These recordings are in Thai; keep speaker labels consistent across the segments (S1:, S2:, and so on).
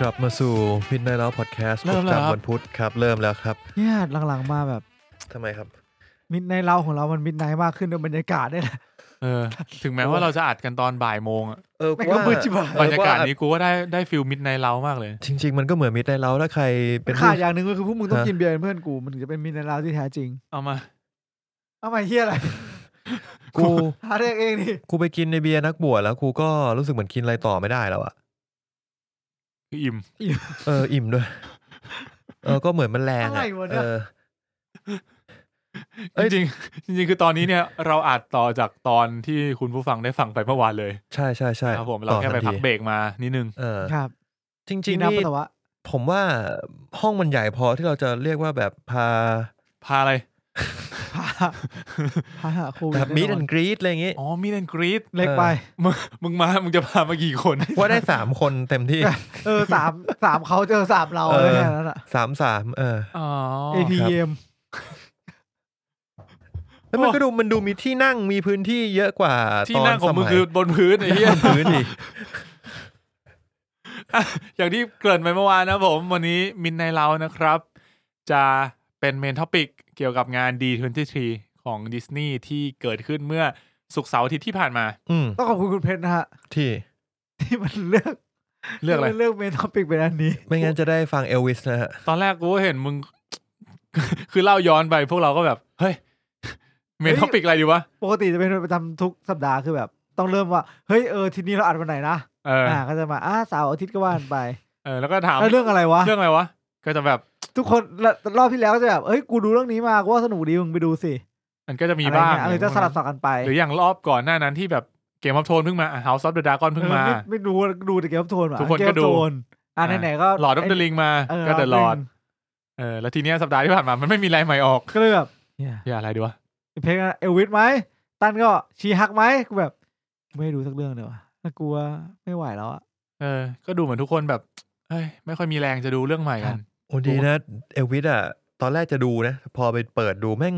S1: กลับมาสู่ Midnight Love Podcast
S2: เริ่
S1: ป
S2: ม
S1: ระ
S2: แล้วครับ
S1: จำวันพุธครับ เริ่มแล้วครับ
S2: เนี่ยหลังๆมาแบบ
S1: ทำไมครับ
S3: มิดไนท์เราของเรามันมิดไนท์มากขึ้นด้วยบรรยากาศเนี่ยแหละ
S2: เอ อ ถึงแม้ว่าเราจะอัดกันตอนบ่ายโมงอะ
S1: เออ
S3: ไม่
S1: ว่า
S3: ก็มืดจิ๋ว
S1: เออบ
S2: รรยากาศ
S1: ว่
S2: นี้กูว่าได้ได้ฟิลมิดในเรามากเลย
S1: จริง ๆ มันก็เหมือน Midnight Love ถ้าใครเป็น
S3: ขาด
S1: ผู้
S3: อย่างหนึ่งก็คือพวกมึงต้อง
S1: ฮะ
S3: กินเบียร์เป็นเพื่อนกู มันถึงจะเป็นมิดไนท์เราที่แท้จริง
S2: เอามา
S3: เอามาเฮียอะไร
S1: กู
S3: หาเรียกเองดิ
S1: กูไปกินในเบียร์นักบวชแล้วกูก็รู้สึกเหมือนกินอะไรต่อไม่ได้แล้วอะ
S2: คืออิ่ม
S1: เออ อิ่มด้วย เออ ก็เหมือนมันแรง
S3: อะไร
S1: อะ
S3: วะ
S1: เอ
S3: เนี่ย
S1: อ เอ้
S2: จ
S1: ย
S2: ริงๆจริงๆคือตอนนี้เนี่ยเราอัดต่อจากตอนที่คุณผู้ฟังได้ฟังไปเมื่อวานเลย
S1: ใช่ใช่ใช่
S2: ครับผมเรา
S1: ต่อ
S2: แค่
S1: ทัน
S2: ไปพั
S1: ที
S2: กเบรกมานิดนึง
S1: เออ
S3: ครับ
S1: จริ
S3: กิ
S1: งๆ
S3: นน้ำ
S1: นี่
S3: ปัสสาวะ
S1: ผมว่าห้องมันใหญ่พอที่เราจะเรียกว่าแบบพา
S2: พาอะไร
S3: พาพาหาโควิด
S1: แบบมิดแอนกรีดอะไรอย่างงี้
S2: อ๋อมิดแอนกรีด
S3: เล็กไป
S2: มึงมึงมา มึงจะพามากี่คน
S1: ว่าได้สามคนเต็ม ที่
S3: เออสามสามเขาเจอสามเรา
S1: เออ
S3: เลยแค่นั้นอ่ะ
S1: สามสามเออ
S2: อ๋อ
S3: APM
S1: แล้วมัน
S2: โอ้
S1: ก็ดูมันดูมีที่นั่งมีพื้นที่เยอะกว่า
S2: ที่
S1: ต
S2: นั่งของมึง
S1: สย
S2: คือบนพื้นไอ้เหี้ย
S1: พื้นดิ
S2: อ่ะอย่างที่เกริ่นไปเมื่อวานนะผม วันนี้มินในเรานะครับ จะเป็นเมนท็อปิกเกี่ยวกับงาน D23 ของดิสนีย์ที่เกิดขึ้นเมื่อสุกร์เสาร์อาทิตย์ที่ผ่านมา
S1: อืม
S3: ต้องขอบคุณคุณเพชรนะฮะ
S1: ที่
S3: ที่มันเลือก
S2: เลือกอะไร
S3: ที่มันเลือกเมนท็อปิกเป็นอันนี้
S1: ไม่งั้นจะได้ฟังเอลวิสนะฮะ
S2: ตอนแรกกูก็เห็นมึง คือเล่าย้อนไปพวกเราก็แบบ เฮ้ย เมนท็อปิกอะไรดีวะ
S3: ปกติจะเป็นประจำทุกสัปดาห์คือแบบ ต้องเริ่มว่าเฮ้ยเออทีนี้เราอัดวันไหนนะ
S2: เออ
S3: อ่าก็จะมาอ่าเสาวอาทิตย์ก็ว่ากันไป
S2: เออ แล้วก็ถาม
S3: แล้วเรื่องอะไรวะ
S2: เรื่องอะไรวะ ก็จะแบบ
S3: ทุกคนละรอบที่แล้วก็จะแบบ เอ้ย กูดูเรื่องนี้มา กูว่าสนุกดี มึงไปดูสิ
S2: มันก็จะมีบ้าง
S3: อะไรเงี้ยเออจะสลับสับกันไป
S2: หรืออย่างรอบก่อนหน้านั้นที่แบบเกมอัพโทนเพิ่งมาเฮาส์ซอฟเดอะดากอนเพิ่งมา
S3: เออไไม่ดูดูแต่เกมโทน
S2: ทุกคนก็ดู
S3: อ่ะไหนๆก็
S2: หลอดดับเดลิงมา
S3: เออ
S2: ก็เดอะหลอด
S3: หนึ่ง
S2: เออแล้วทีเนี้ยสัปดาห์ที่ผ่านมา มันไม่มีอะไรใหม่ออก
S3: ก็เลยแบบเนี่ย
S2: อย่าอะไรดีวะ
S3: เพลงเอลวิสไหม ตันก็ชีฮักไหมกูแบบไม่ดูสักเรื่องเลยว่ะน่ากลัวไม่ไหวแล้วอ่ะ
S2: เออ ก็ดูเหมือนทุกคนแบบเฮ้ยไม่ค่อยมีแรงจะดูเรื่องใหม่กัน
S1: โอ้ดีนะ เอลวิสอ่ะ ตอนแรกจะดูนะ พอไปเปิดดูแม่ง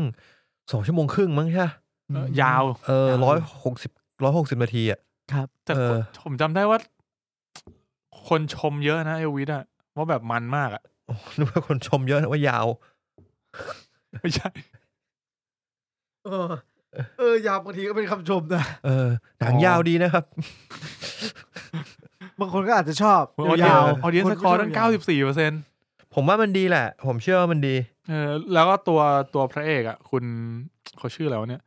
S1: สองชั่วโมงครึ่งมั้งใช่ปะ
S2: เออยาว
S1: เออร้อยหกสิบร้อยหกสิบนาทีอ่ะ
S2: แต่
S1: เออ
S2: ผมจำได้ว่า คนชมเยอะนะเอลวิสอะว่าแบบมันมากอะ
S1: โอ้นึกว่าคนชมเยอะนะว่ายาว
S2: ไม่ใช่
S3: เออ เออยาวบางทีก็เป็นคำชมนะ
S1: เออหนัง
S2: อ๋อ
S1: ยาวดีนะครับ
S3: บางคนก็อาจจะชอบ
S2: ออเดีย
S3: ยาว
S2: ออเดียนสกอร์ตั้งเก้าสิบสี่เปอร์เซ็น
S1: ผมว่ามันดีแหละ ผมเชื่อว่ามันดี
S2: เออแล้วก็ตัวตัวพระเอกอะคุณเขาชื่ออะไรวะเนี่ย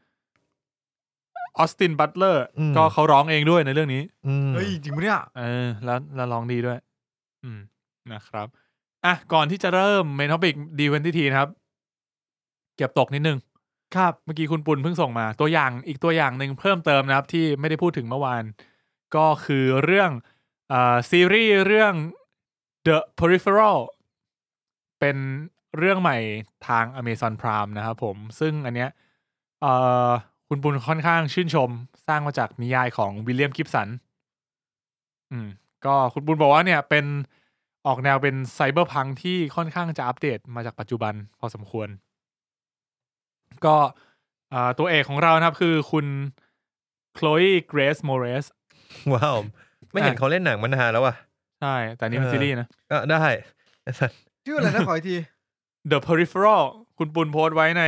S2: ออสตินบัตเลอร์
S1: อืม
S2: ก็เขาร้องเองด้วยในเรื่องนี้
S1: อืม
S3: เฮ้ยจริงปะเนี่ย
S2: เออแล้วแล้วร้องดีด้วย อืมนะครับอ่ะก่อนที่จะเริ่มเมนท็อปิกดีเวนทีนะครับ เก็บตกนิดนึง
S3: ครับ
S2: เมื่อกี้คุณปุณเพิ่งส่งมา ตัวอย่างอีกตัวอย่างหนึ่งเพิ่มเติมนะครับ ที่ไม่ได้พูดถึงเมื่อวาน ก็คือเรื่องเอ่อซีรีส์เรื่อง The Peripheral เป็นเรื่องใหม่ทาง Amazon Prime นะครับผม ซึ่งอันเนี้ยเอ่อคุณปุณค่อนข้างชื่นชม สร้างมาจากนิยายของวิลเลียมกิฟสัน อืม ก็คุณปุณบอกว่าเนี่ยเป็นออกแนวเป็นไซเบอร์พังที่ค่อนข้างจะอัปเดตมาจากปัจจุบันพอสมควร ก็อ่าตัวเอกของเรานะครับคือคุณโคล e เกรซโมเรส
S1: ว้าวไม่เห็น
S2: อ่ะ
S1: เขาเล่นหนังมานานแล้วอ่ะ
S2: ใช่ แต่นี่เป็น
S1: เออ
S2: ซีรีส์นะ
S1: ก็ได้ไอ้สัส
S3: ชื่ออะไรนะขออีกที
S2: The Peripheral คุณปุณโพสต์ไว้ใน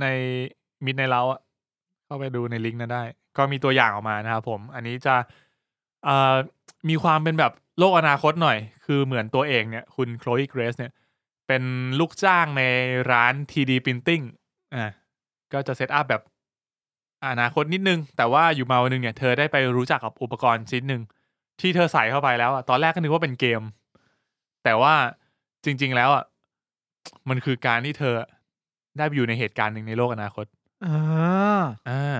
S2: ในมิดในเราอะเข้าไปดูในลิงก์นั้นได้ ก็มีตัวอย่างออกมานะครับผม อันนี้จะเอ่อมีความเป็นแบบโลกอนาคตหน่อย คือเหมือนตัวเอกเนี่ย คุณโคล e เกรซเนี่ย เป็นลูกจ้างในร้าน TD Printing อ่าก็จะเซตอัพแบบอนาคตนิดนึง แต่ว่าอยู่มาวันหนึงเนี่ย เธอได้ไปรู้จักกับอุปกรณ์ชิ้นหนึ่งที่เธอใส่เข้าไปแล้วอะตอนแรกก็นึกว่าเป็นเกม แต่ว่าจริง ๆ แล้วอะ มันคือการที่เธอได้ไปอยู่ในเหตุการณ์หนึ่งในโลกอนาคต
S3: อ่า
S2: อ่า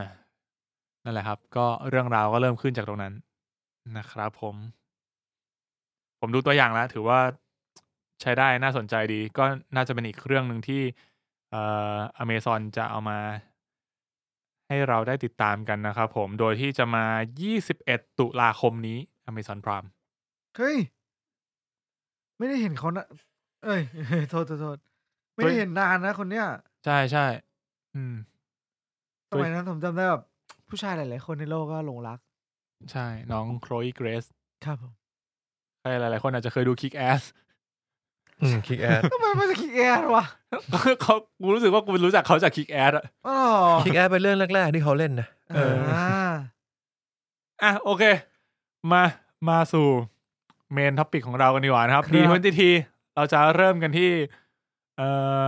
S2: นั่นแหละครับ ก็เรื่องราวก็เริ่มขึ้นจากตรงนั้นนะครับผม ผมดูตัวอย่างแล้ว ถือว่าใช้ได้น่าสนใจดี ก็น่าจะเป็นอีกเรื่องหนึ่งที่ เอ่ออเมซอนจะเอามา ให้เราได้ติดตามกันนะครับผม โดยที่จะมา 21 ตุลาคมนี้ Amazon Prime
S3: เฮ้ย ไม่ได้เห็นเขานะ เอ้ย โทษโทษโทษไม่ได้เห็นนานนะคนเนี้ย
S2: ใช่ใช่อืม
S3: ส
S2: เฮ้ย
S3: มัยนั้นผมจำได้แบบผู้ชายหลาย ๆ คนในโลกก็หลงรัก
S2: ใช่ น้องโคล e เกรส
S3: ครับผม
S2: รหลายๆคนอาจจะเคยดู Kick Ass
S1: อืมคิกแอด
S3: ทำไมมันจะขี้แอดวะ
S2: เขากูรู้สึกว่ากูรู้จักเขาจาก Kick Ass อะ
S3: อ๋อ
S1: คิกแอดเป็นเรื่องแรก ๆ ที่เขาเล่นนะ
S2: เอออ่
S3: า
S2: อ่ะโอเค มามาสู่เมนท็อปิกของเรากันดีกว่านะครับดีทเวนตีทีเราจะเริ่มกันที่ เอ่อ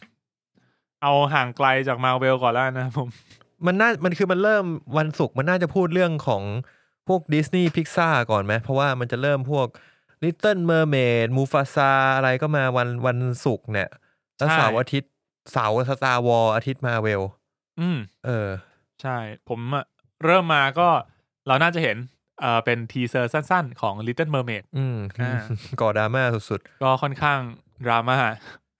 S2: เอาห่างไกลจากมาเวลก่อนแล้วนะครับผม
S1: มันน่ามันคือมันเริ่มวันศุกร์มันน่าจะพูดเรื่องของพวกดิสนีย์พิกซาก่อนไหมเพราะว่ามันจะเริ่มพวก Little Mermaid มูฟาซาอะไรก็มาวันวันศุกร์เนี่ยแล้ว
S2: ใช่
S1: เสาร์อาทิตย์เสาร์สตาร์วอลอาทิตย์มาเวล
S2: อืม
S1: เออ
S2: ใช่ ผมอะเริ่มมาก็เราน่าจะเห็นเอ่อเป็นทีเซอร์สั้นๆ ของ Little Mermaid
S1: อืม
S2: อ่า
S1: ก่อดราม่าสุด
S2: ก็ค่อนข้างดรา ม่า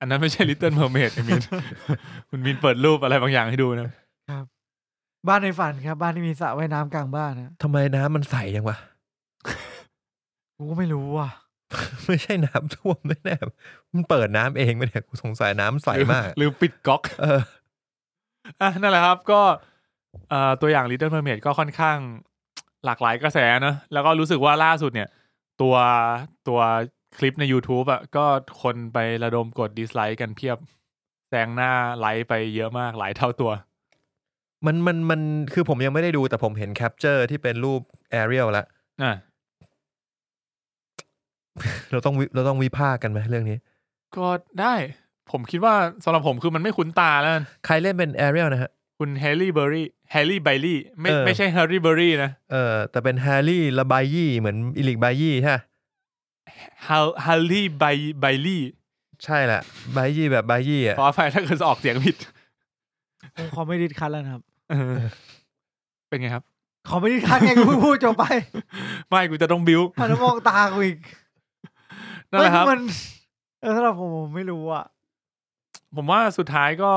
S2: อันนั้นไม่ใช่ Little Mermaid คุณมิน คุณมินเปิดรูปอะไรบางอย่างให้ดูนะ
S3: บ้านในฝันครับ บ้านที่มีสระว่ายน้ำกลางบ้านนะ
S1: ๆทำไมน้ำมันใสยังวะ
S3: กูก็ไม่รู้ว่ะ
S1: ไม่ใช่น้ำท่วมแน่ๆมันเปิดน้ำเองไหมเนี่ยกูสงสัยน้ำใสมาก
S2: หรือปิดก๊อก
S1: เออ
S2: อ่ะนั่นแหละครับก็เอ่อตัวอย่าง Little Mermaid ก็ค่อนข้างหลากหลายกระแสนะแล้วก็รู้สึกว่าล่าสุดเนี่ย ตัวตัวคลิปใน YouTube อ่ะก็คนไประดมกดดิสไลค์กันเพียบแซงหน้าไลค์ไปเยอะมากหลายเท่าตัว
S1: มันมันมันคือผมยังไม่ได้ดูแต่ผมเห็นแคปเจอร์ที่เป็นรูปแอเรียลละ
S2: อ่ะ
S1: เราต้องวิเราต้องวิพากษ์กันไหมเรื่องนี้
S2: ก็ได้ ผมคิดว่าสำหรับผมคือมันไม่คุ้นตาแล้วกัน
S1: ใครเล่นเป็นแอเรียลนะฮะ
S2: คุณแฮร์รี่เบอร์รี่แฮร์รี่ไบลี่ไม่
S1: เออ
S2: ไม่ใช่แฮร์รี่เบอร์รี่นะ
S1: เออแต่เป็นแฮร์รี่ละบายยี่เหมือนอิลิกบายยี่ใช่ปะ
S2: แฮร์แฮร์รี่ไบไบลี่
S1: ใช่แหละบายยี่แบบบายยี่อ่ะ
S2: ขออภัยถ้า เกิดจะออกเสียงผิด
S3: ผมขอไม่ดิดคัดแล้วนะครับ
S2: เออเป็นไงครับ
S3: ขอไม่ดิดคัดไงกูเพิ่งพูดจบไป
S2: ไม่กูจะต้องบิว
S3: มันมองตากูอีก
S2: นั่นแหละครับ
S3: มันเออสำหรับผมผมไม่รู้อ่ะ
S2: ผมว่าสุดท้ายก็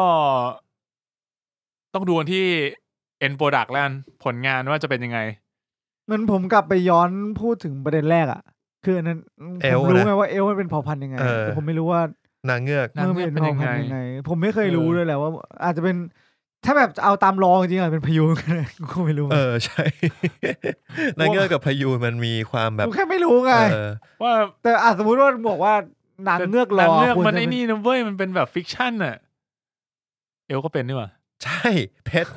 S2: ต้องดูกันที่ end product แล้วกันผลงานว่าจะเป็นยังไง
S3: มันผมกลับไปย้อนพูดถึงประเด็นแรกอ่ะ คืออันนั้นผมรู้ไงว่าเอลมันเป็นเผ่าพันธุ์ยังไงแต่ผมไม่รู้ว่า
S1: นางเงือก
S2: นางเงือกเป็นยังไง
S3: เมอร์เมดเผ่าพัธุ์ผมไม่เคยรู้เลยแหละว่า อาจจะเป็นถ้าแบบเอาตามรองจริงๆอาจเป็นพายุก็ ได้กูก็ไม่รู้
S1: เออใช่ นางเงือกกับพายูนมันมีความแบบ
S3: กูแค่ไม่รู้ไง
S1: เออ
S2: ว่า
S3: แต่อาจสมมติว่าบอกว่านางเงือกรอ
S2: หนังเงือก
S3: ควร
S2: มัน
S3: จะ
S2: ไอ้
S3: เป็
S2: นี่นะเว้ยมันเป็นแบบฟิกชันน่ะ เอลก็เป็นนี่หว่า
S1: ใช่เพชร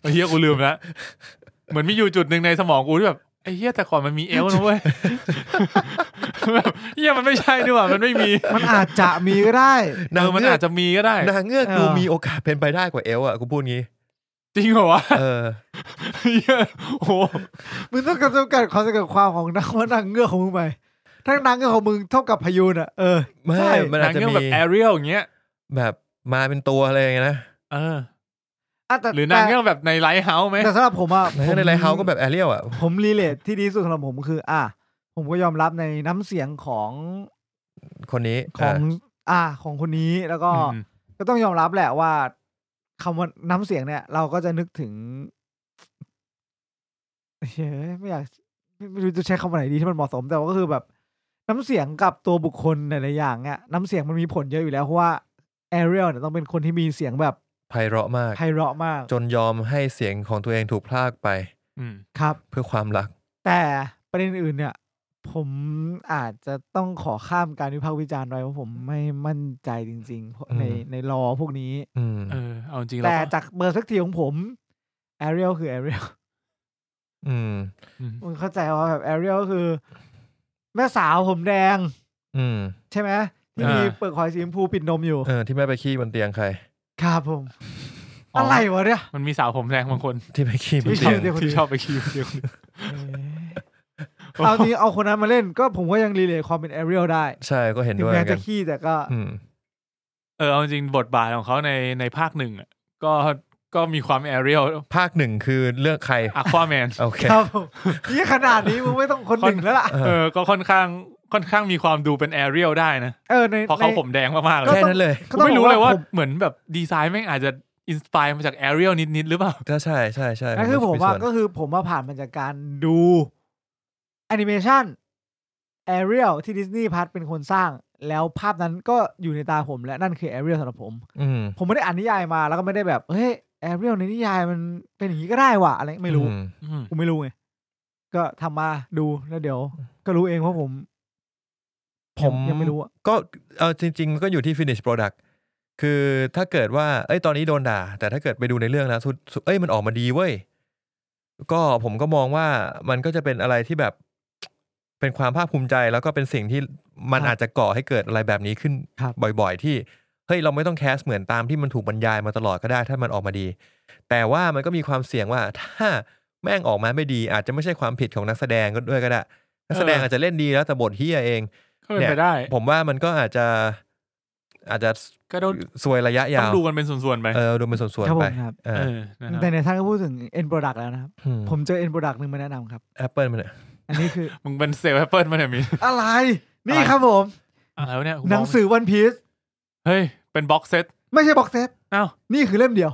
S2: ไอ้เฮียกูลืมละเหมือนมีอยู่จุดหนึ่งในสมองกูที่แบบไอ้เฮียแต่ก่อนมันมีเอลนะเว้ย แบบเฮียมันไม่ใช่นี่หว่ามันไม่มี
S3: มันอาจจะมีก็ได้
S2: เออมันอาจจะมีก็ได้
S1: นางเงือกดู
S3: เออ
S1: มีโอกาสเป็นไปได้กว่าเอลอ่ะกูพูดงี้
S2: จริงเหรอวะ
S1: เออ
S2: เฮียโอ้โห
S3: มึงต้องการจำกัดความจำกัดความของนางว่านางเงือกของมึงไปถ้านางเงือกของมึงเท่ากับพายุน่ะเออ
S1: ไม่
S3: ใช่
S1: มัน
S2: หนั
S1: อาง จจะ
S2: เงือก
S1: มี
S2: แบบแอเรียลอย่างเงี้ย
S1: แบบมาเป็นตัวอะไรอย่างเงี้ยนะ
S2: เออ
S3: อ่ะแต่
S2: หรือนางเงือกแบบในไลท์เฮาส์ไหม
S3: แต่แต่สำหรับผมอ่ะ
S1: แล้วในไรเฮาก็แบบแอเรียลอ่ะ
S3: ผมรีเลทที่ดีที่สุดสำหรับผมคือ อ่ะผมก็ยอมรับในน้ำเสียงของ
S1: คนนี้
S3: ของ
S1: เ
S3: อ่ะของคนนี้แล้วก็
S2: อืม
S3: ก็ต้องยอมรับแหละว่าคำว่าน้ำเสียงเนี่ย เราก็จะนึกถึงเฮ้ยไม่อยากไม่ไม่รู้จะใช้คำว่าไหนดีที่มันเหมาะสม แต่ว่าก็คือแบบ น้ำเสียงกับตัวบุคคลหลายๆอย่างเนี่ยน้ำเสียงมันมีผลเยอะอยู่แล้วเพราะว่าแอเรียลเนี่ยต้องเป็นคนที่มีเสียงแบบ
S1: ไพเราะมาก
S3: ไพเราะมาก
S1: จนยอมให้เสียงของตัวเองถูกพลากไป
S2: อืม
S3: ครับ
S1: เพื่อความรัก
S3: แต่ประเด็นอื่นเนี่ย ผมอาจจะต้องขอข้ามการวิพากษ์วิจารณ์ไว้เพราะผมไม่มั่นใจจริง ๆ เพราะใน
S1: อืม
S3: ในรอพวกนี้
S1: อืม
S2: เออเอาจริงๆ
S3: แต่
S2: แล้วก็
S3: จากเบอร์สักทีของผมแอเรียลคือแอเรียล
S1: อืม
S2: อืม
S3: มึงเข้าใจว่าแบบแอเรียลก็คือ แม่สาวผมแดง
S1: อืม
S3: ใช่ไหมที่มีเปลือกหอยสีชมพูปิดนมอยู่
S1: เออ ที่ไม่ไปขี้บนเตียงใคร
S3: ครับผม อะไรวะเนี่ย
S2: มันมีสาวผมแดงบาง คน
S1: ที่ไปขี้บน
S2: ที่ช
S1: เตี
S2: อย บ
S1: ง
S3: เดี๋ยวคนอื่น
S2: ที่ชอบไปคิวเดียวคนอื่น
S3: เอาจริงเอาคนนั้นมาเล่นก็ผมก็ยังรีเลทความเป็นแอเรียลได้
S1: ใช่ก็เห็น
S3: ถึง
S1: ด้วยเห
S3: แม้
S1: มือนกั
S3: จะ
S1: น
S3: ขี้แต่ก็
S1: อืม
S2: เออเอาจริงบทบาทของเขาในในภาคหนึ่งอะก็ก็มีความแอเรียล
S1: ภาคหนึ่งคือเลือกใคร
S2: อะควาแมน
S1: โอเค
S3: ครับผมนี่ขนาดนี้มึงไม่ต้องคนหนึ่งแล้วล่ะ
S1: เออ
S2: เออก็ค่อนข้างค่อนข้างมีความดูเป็นแอเรียลได้นะ
S3: เออใน
S2: เพราะเขาผมแดงมากๆเล
S1: แค่
S2: ย
S1: นั้นเลย
S3: ก็ต้อง
S2: ไม่รู้
S3: บอก
S2: เลยว่า
S3: ผม
S2: เหมือนแบบดีไซน์แม่งอาจจะอินสปายมาจากแอเรียลนิดๆหรือเปล่า
S1: ก็ใช่ใช่ใช่
S3: นั่นคือผมว่า
S1: ส่น
S3: ก็คือผมมาผ่านมาจากการดูแอนิเมชันแอเรียลที่ดิสนีย์พัทเป็นคนสร้าง แล้วภาพนั้นก็อยู่ในตาผมและนั่นคือแอเรียลสำหรับผม
S1: อืม
S3: ผมไม่ได้อ่านนิยายมาแล้วก็ไม่ได้แบบ เฮ้ยแอเรียลในนิยายมันเป็นอย่างนี้ก็ได้ว่ะอะไรไม่รู้
S1: อืม
S2: อืม
S3: กูไม่รู้ไง ก็ทำมาดูแล้วเดี๋ยว ก็รู้เองว่าผม
S1: ผม
S3: ยังไม่รู้อะ
S1: ก็เอาจริงๆมันก็อยู่ที่ finish product คือถ้าเกิดว่า เอ้ยตอนนี้โดนด่า แต่ถ้าเกิดไปดูในเรื่องแล้วสุดสุดเอ้ยมันออกมาดีเว้ย ก็ผมก็มองว่ามันก็จะเป็นอะไรที่แบบ เป็นความภาคภูมิใจแล้วก็เป็นสิ่งที่มันอาจจะก่อให้เกิดอะไรแบบนี้ขึ้นบ่อยๆ ที่เฮ้ยเราไม่ต้องแคสเหมือนตามที่มันถูกบรรยายมาตลอดก็ได้ ถ้ามันออกมาดี แต่ว่ามันก็มีความเสี่ยงว่า ถ้าแม่งออกมาไม่ดี อาจจะไม่ใช่ความผิดของนักแสดงก็ด้วยก็ได้นักแสดง
S2: เอออ
S1: อาจจะเล่นดีแล้วแต่บทเฮียเอง
S2: ก็เป็นไปได้
S1: ผมว่ามันก็อาจจะอาจจะ
S2: ก็ต้อง
S1: ซวยระ
S2: ต้อย
S1: ยะาง ว
S2: ดูกันเป็นส่วนๆไป
S1: เออดูเป็นส่วน
S3: ครับ
S1: ๆ
S3: ผ
S1: ไป
S3: มครับ
S1: เอ
S2: เอ
S1: อ
S2: อนะครับ
S3: แต่ในท่านก็พูดถึง end product แล้วนะครับ ผมเจอ end product หนึ่งมาแนะนำครับ
S1: แอปเปิลมันเนี่ย
S3: อันนี้คือ
S2: มึงเป็นเซลล์แอปเปิลมาเนี่ยมี
S3: อะไร นี่ครับผม
S2: อะไรวะเนี่ยกูม
S3: หนังสือวันพีซ
S2: เฮ้ย เป็นบ็อกเซต
S3: ไม่ใช่บ็อกเซต
S2: อ้าว
S3: นี่คือเล่มเดียว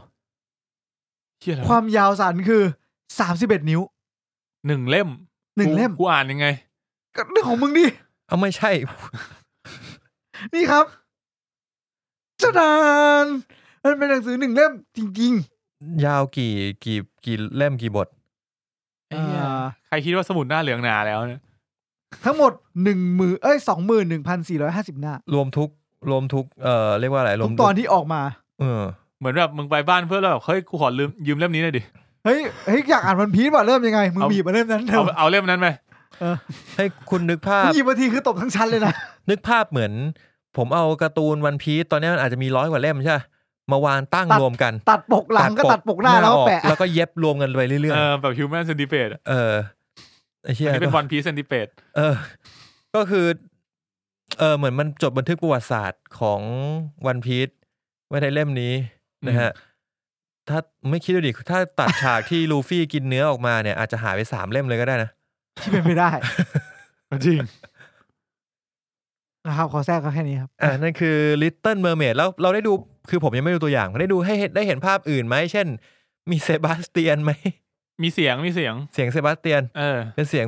S2: เฮียอะไร
S3: ความยาวสันคือสามสิบเอ็ดนิ้ว
S2: หนึ่งเล่ม
S3: หนึ่งเล่ม
S2: กูอ่านยังไง
S3: ก็เรื่องของมึงดิ
S1: เอาไม่ใช่
S3: นี่ครับจะดานมันเป็นหนังสือหนึ่งเล่มจริง
S1: ยาวกี่กี่กี่เล่มกี่บท
S2: ไอ้เหี้ย
S3: อ่า
S2: ใครคิดว่าสมุดหน้าเหลืองหนาแล้วเนี่ย
S3: ๆ ทั้งหมดหนึ่งมือเอ้ยสองหมื่นหนึ่งพันสี่ร้อยห้าสิบหน้าร
S1: วมทุกรวมทุกเอ่อเรียกว่าอะไรรว
S3: ทุ
S1: ม
S3: กตอนที่ออกมา
S1: เออ
S2: เหมือนแบบมึงไปบ้านเพื่อนแล้วแบบเฮ้ยกูขอลืมยืมเล่มนี้หน่อยดิ
S3: เฮ้ยเฮ้ยอยากอ่านวันพีซว่ะเริ่มยังไงมึง
S2: เอา
S3: บีบมาเริ่มนั้นเถ
S2: เอา
S3: อะ
S2: เอาเล่มนั้นไหม
S1: ให้คุณนึกภาพ
S3: หยิบมาทีคือตบทั้งชั้นเลยนะ
S1: นึกภาพเหมือน ผมเอาการ์ตูนวันพีซตอนนี้มันอาจจะมีร้อยกว่าเล่มใช่ปะมาวางตั้ง
S3: ตัด
S1: รวมกัน
S3: ตัดปกหลังก็ตัดปกหน้าแล้วก็
S1: ออ
S3: แปะ
S1: แล้วก็เย็บรวมกันไปเรื่อย
S2: เออแบบ human centipede อะ
S1: ๆเออไอ้เชี่ย
S2: อันนี้เป็น
S1: ก็
S2: one piece centipede
S1: เออ ก็คือ เออ เหมือนมันจดบันทึกประวัติศาสตร์ของวันพีชไว้ในเล่มนี้นะฮะ ถ้าไม่คิดดูดิ ถ้าตัดฉากที่ลูฟี่กินเนื้อออกมาเนี่ย อาจจะหายไปสามเล่มเลยก็ได้นะ
S3: ที่เป็นไม่ได้
S2: จริง
S3: นะครับขอแทรกก็แค่นี้ครับ
S1: อ่านั่นคือ Little Mermaid แล้วเราได้ดู คือผมยังไม่ดูตัวอย่าง ได้ดูให้เห็นได้เห็นภาพอื่นไหม เช่น มีเซบาสเตียนไหม
S2: มีเสียงมีเสียง
S1: เสียงเซบาสเตียน
S2: เออ
S1: เป็นเสียง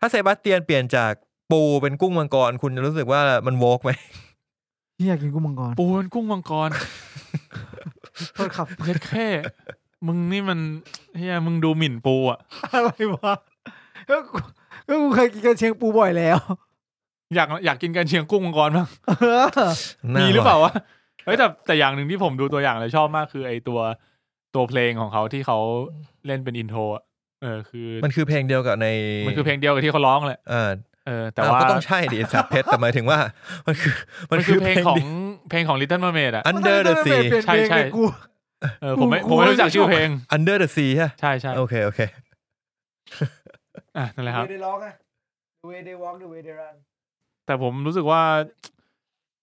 S1: ถ้าเซบาสเตียนเปลี่ยนจากปูเป็นกุ้งมังกร คุณจะรู้สึกว่ามันโวกไหม
S3: ที่อยากกินกุ้งมังกร
S2: ปูเป็นกุ้งมังกร
S3: โทษครับ
S2: เย็ดแค่ มึงนี่มันเฮียมึงดูหมิ่นปูอ่ะ
S3: อะไรวะก็กูก็กูเคยกินกันเชียงปูบ่อยแล้ว
S2: อยากอยากกินกันเชียงกุ้งมังกรบ้าง
S3: เออ
S2: มีหรือเปล่าวะเฮ้ยแต่แต่อย่างหนึ่งที่ผมดูตัวอย่างแล้วชอบมากคือไอตัวตัวเพลงของเขาที่เขาเล่นเป็นอินโทรอะเออคือ
S1: มันคือเพลงเดียวกับใน
S2: มันคือเพลงเดียวกับที่เขาร้องแหละ
S1: เออ
S2: เออแต่
S1: อ้
S2: ว่า
S1: ก็ต้องใช่ดิไอ้สับเพชร แต่หมายถึงว่า มันคือ
S2: มันคือเพลงขอ
S1: ดิ
S2: งเพลงของ Little Mermaid อ่ะ
S1: Under the Sea
S3: เปลี่ยนเพลง
S2: ใช่ใช่
S3: เลยกู
S2: เออผมไม่
S3: กู
S2: ผมไม่รู้จัก
S3: ไม่รู้
S2: ชื่อเพลง
S1: Under the Sea ใช่
S2: ใช่ใช่
S1: โอเค โอเค
S2: อ่ะนั่นแหละครับ
S3: The way they walk อะ The way they walk The way they run
S2: แต่ผมรู้สึกว่า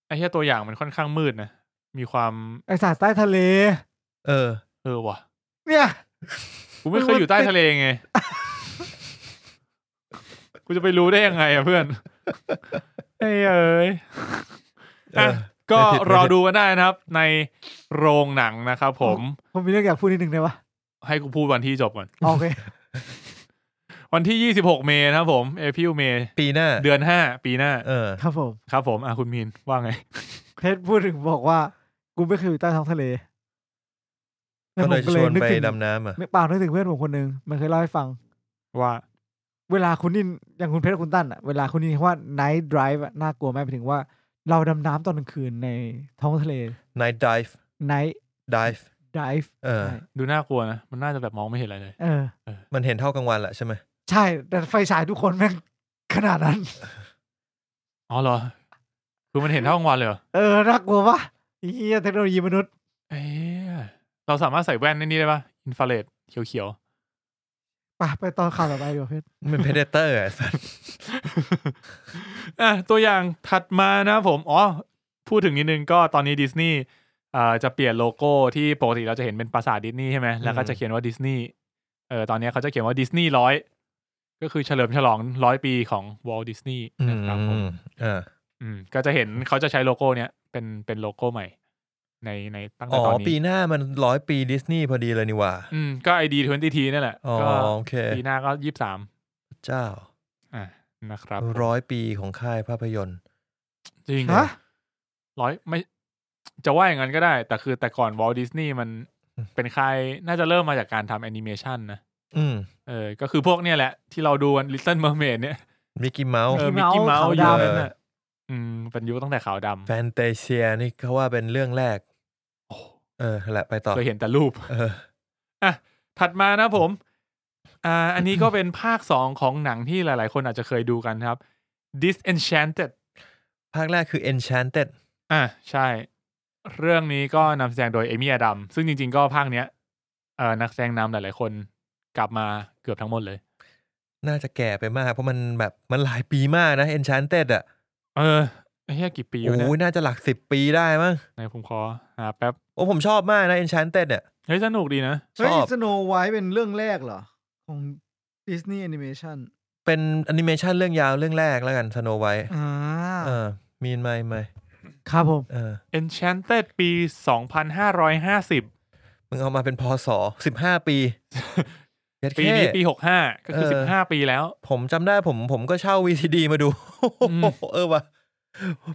S2: ไอ้เหี้ยตัวอย่างมันค่อนข้างมืดนะมีความ
S3: ไอสัตว์ใต้ทะเล
S1: เออ
S2: เออว่ะ
S3: เนี่ย
S2: กูไม่เคยอยู่ใต้ทะเลไงกูจะไปรู้ได้ยังไงอ่ะเพื่อนเอ้ยเอ้ย
S1: เออ
S2: อ่ะก็
S1: ไม่ผิดไม่ผิด
S2: รอดูกันได้ นะครับ ในโรงหนังนะครับผม
S3: ผมมีเรื่องอยากพูดนิดนึงได้ปะ
S2: ให้กูพูดวันที่จบก่อน
S3: โอเค
S2: วันที่ 26 เมษนะครับผมเอพิวเมษ
S1: ปีหน้า
S2: เดือน 5 ปีหน้า
S1: เออ
S3: ครับผม
S2: ครับผมอ่ะคุณมีนว่าไง
S3: เพชรพูดถึงบอกว่า กูไม่เคยอยู่ใต้ท้องทะเล
S1: ก็เลย
S3: ผม
S1: ชวน
S3: นึก
S1: ไป
S3: ถึง
S1: ดำน้ำอ่ะ
S3: ไม่เปล่านึกถึงเพื่อนผมคนหนึ่งมันเคยเล่าให้ฟัง
S2: ว่า
S3: เวลาคุณนินอย่างคุณเพชรคุณตั้นอะเวลาคุณนินว่า night drive อะน่ากลัวไหมหมายถึงว่า เราดำน้ำตอนกลางคืนในท้องทะเล
S1: night dive
S3: night
S1: dive
S3: dive
S1: เออ
S3: ใช่
S2: ดูน่ากลัวนะ มันน่าจะแบบมองไม่เห็นอะไรเลย
S3: เออ
S1: มันเห็นเท่ากลางวันแหละใช่ไหม
S3: ใช่ แต่ไฟฉายทุกคนแม่ง ขนาดนั้น
S2: อ๋อเหรอ คือมันเห็นเท่ากลางวันเลยเหรอ
S3: เออน่ากลัววะไอ้เฮียเทคโนโลยีมนุษย์
S2: เอ้ยเราสามารถใส่แว่นในนี้ได้ปะอินฟราเรดเขียว
S3: ไปไปตอนข่าวต่อไปดีกว่าเพชร
S1: มันเป็น predator อ่ะสัตว์
S2: ๆอ่ะตัวอย่างถัดมานะครับผม อ๋อ พูดถึงนิดนึงก็ตอนนี้ดิสนีย์อ่าจะเปลี่ยนโลโก้ที่ปกติเราจะเห็นเป็นปราสาทดิสนีย์ใช่ไหมแล้วก็จะเขียนว่าดิสนีย์เออตอนนี้เขาจะเขียนว่าดิสนีย์ร้อยก็คือเฉลิมฉลองร้อยปีของวอลดิสนีย์
S1: อื
S2: นะครับผม
S1: มเออ
S2: อืมก็จะเห็นเขาจะใช้โลโก้เนี้ยเป็นเป็นโลโก้ใหม่ ในในตั้ง
S1: อ๋
S2: แต่
S1: อ
S2: ตอน
S1: ปี
S2: นี้
S1: หน้ามันร้อยปีดิสนีย์พอดีเลยนี่หว่า
S2: อืมก็ไอดีทเวนตี้ทีนั่นแหละ
S1: อ๋อ
S2: ก็
S1: โอเค
S2: ปีหน้าก็ยี่สิบสาม
S1: เจ้า
S2: อ่านะครับ
S1: ร้อยปีของค่ายภาพยนตร์
S2: จริง
S3: ฮะ
S2: ร้อยไม่ จะว่าอย่างนั้นก็ได้ แต่คือแต่ก่อนวอลดิสนีย์มันเป็นค่ายน่าจะเริ่มมาจากการทำแอนิเมชันนะ
S1: อืม
S2: เออก็คือพวกเนี่ยแหละ ที่เราดูวัน Little Mermaid เนี่ย
S1: มิกกี้เมาส์
S2: เออ
S3: Mickey
S2: มิกกี้เมาส์
S3: Mouse
S2: อยู่
S3: ขาวดำ
S2: นั่นน่ะอืมเป็นยุคตั้งแต่ขาวด
S1: แฟนเตเชียนี่เขาว่าเป็นเรื่องแรก เออนั่นแหละไปต่อ
S2: ำเคยเห็นแต่รูป
S1: เออ
S2: ถัดมานะผม อ่า อันนี้ก็เป็นภาคสองของหนังที่หลาย ๆ คนอาจจะเคยดูกันครับ Disenchanted
S1: ภาคแรกคือ Enchanted
S2: อ่ะใช่ เรื่องนี้ก็นำแสดงโดยเอมี่อดัมซึ่งจริง ๆ ก็ภาคเนี้ยเอ่อนักแสดงนำหลาย ๆ คนกลับมาเกือบทั้งหมดเลย
S1: น่าจะแก่ไปมาก เพราะมันแบบมันหลายปีมากนะ Enchanted อ่ะ
S2: เออเฮียกี่ปีวะ
S1: โอ้
S2: เนี่ย ย
S1: น่าจะหลักสิบปีได้มั้ง
S2: ในผมขอหาแป๊บ
S1: โอ้ผมชอบมากนะ Enchanted เนี่ย
S2: เฮ้ย สนุกดีนะ
S1: ช
S3: เฮ้ย
S1: อบ
S3: สโนไวท์เป็นเรื่องแรกเหรอ ของดิสนีย์แอนิเมชัน
S1: เป็นแอนิเมชันเรื่องยาวเรื่องแรกแล้วกัน Snow White
S3: อ่า
S1: เออมีนไหมไหม
S3: ครับผม
S1: เออ
S2: Enchanted ปี 2550
S1: มึงเอามาเป็นพศสิบห้า ปีเย็ด
S2: ปี
S1: เค้
S2: นี้ปี 65 ก็คือ 15 ปีแล้ว
S1: ผมจำได้ผมผมก็เช่า VCD มาดู
S2: อืม
S1: เออว่ะ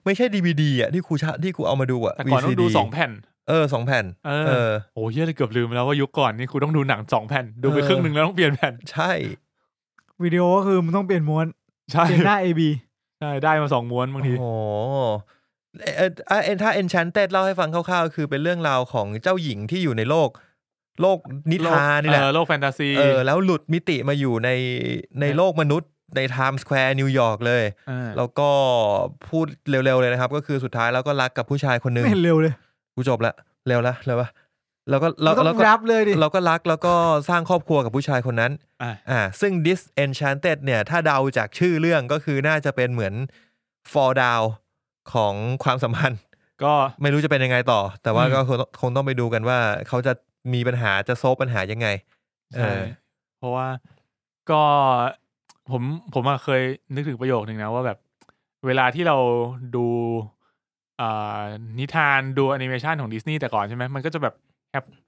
S1: ไม่ใช่ DVD อ่ะที่ครูชาที่ครูเอามาดูอ่ะ
S2: แต่ก่อนต้องดู
S1: VCD
S2: 2 แผ่น
S1: เออสองแผ่น
S2: เอ
S1: เอ
S2: อ
S1: อ
S2: โอ้เฮียเลยเกือบลืมไปแล้วว่ายุคก่อนนี่คุณต้องดูหนังสองแผ่น ดูไป
S1: เออ
S2: ครึ่งหนึ่งแล้วต้องเปลี่ยนแผ่น
S1: ใช่
S3: วิดีโอก็คือมึงต้องเปลี่ยนม้วน
S2: ใช่
S3: เปลี่ยนหน้า AB
S2: ใช่ได้มาสองม้วนบางที
S1: โอ้โหเออเอ่อเอ็นถ้า Enchanted เล่าให้ฟังคร่าวๆ คือเป็นเรื่องราวของเจ้าหญิงที่อยู่ในโลก โลกนิทานนี่แหละ
S2: เออโลกแฟนตาซี
S1: เออ แล้วหลุดมิติมาอยู่ในในโลกมนุษย์ในไทม์สแควร์นิวยอร์กเลย
S2: อ่า
S1: แล้วก็พูดเร็วๆเลยนะครับ ก็คือสุดท้ายแล้วก็รักกับผู้ชายคนหนึ่ง
S3: ไม่เห็นเร็วเลย
S1: กูจบละเร็วละเร็วปะแล้วก็แล้ว
S3: ต้อง
S1: แล้วก็
S3: รับเลยดิ
S1: เราก็รักแล้วก็สร้างครอบครัวกับผู้ชายคนนั้น
S2: อ่ะ
S1: อ่าซึ่ง Disenchanted เนี่ย ถ้าเดาจากชื่อเรื่องก็คือน่าจะเป็นเหมือน Fall Down ของความสัมพันธ์
S2: ก็
S1: ไม่รู้จะเป็นยังไงต่อ แต่ว่า
S2: อืม
S1: ก็คงคงต้องไปดูกันว่า เขาจะมีปัญหาจะโซฟปัญหายังไง เอ
S2: ใช่
S1: อ
S2: เพราะว่าก็ผมผมอะเคยนึกถึงประโยคหนึ่งนะว่าแบบ เวลาที่เราดูอ่านิทานดูแอนิเมชันของดิสนีย์แต่ก่อนใช่ไหมมันก็จะแบบ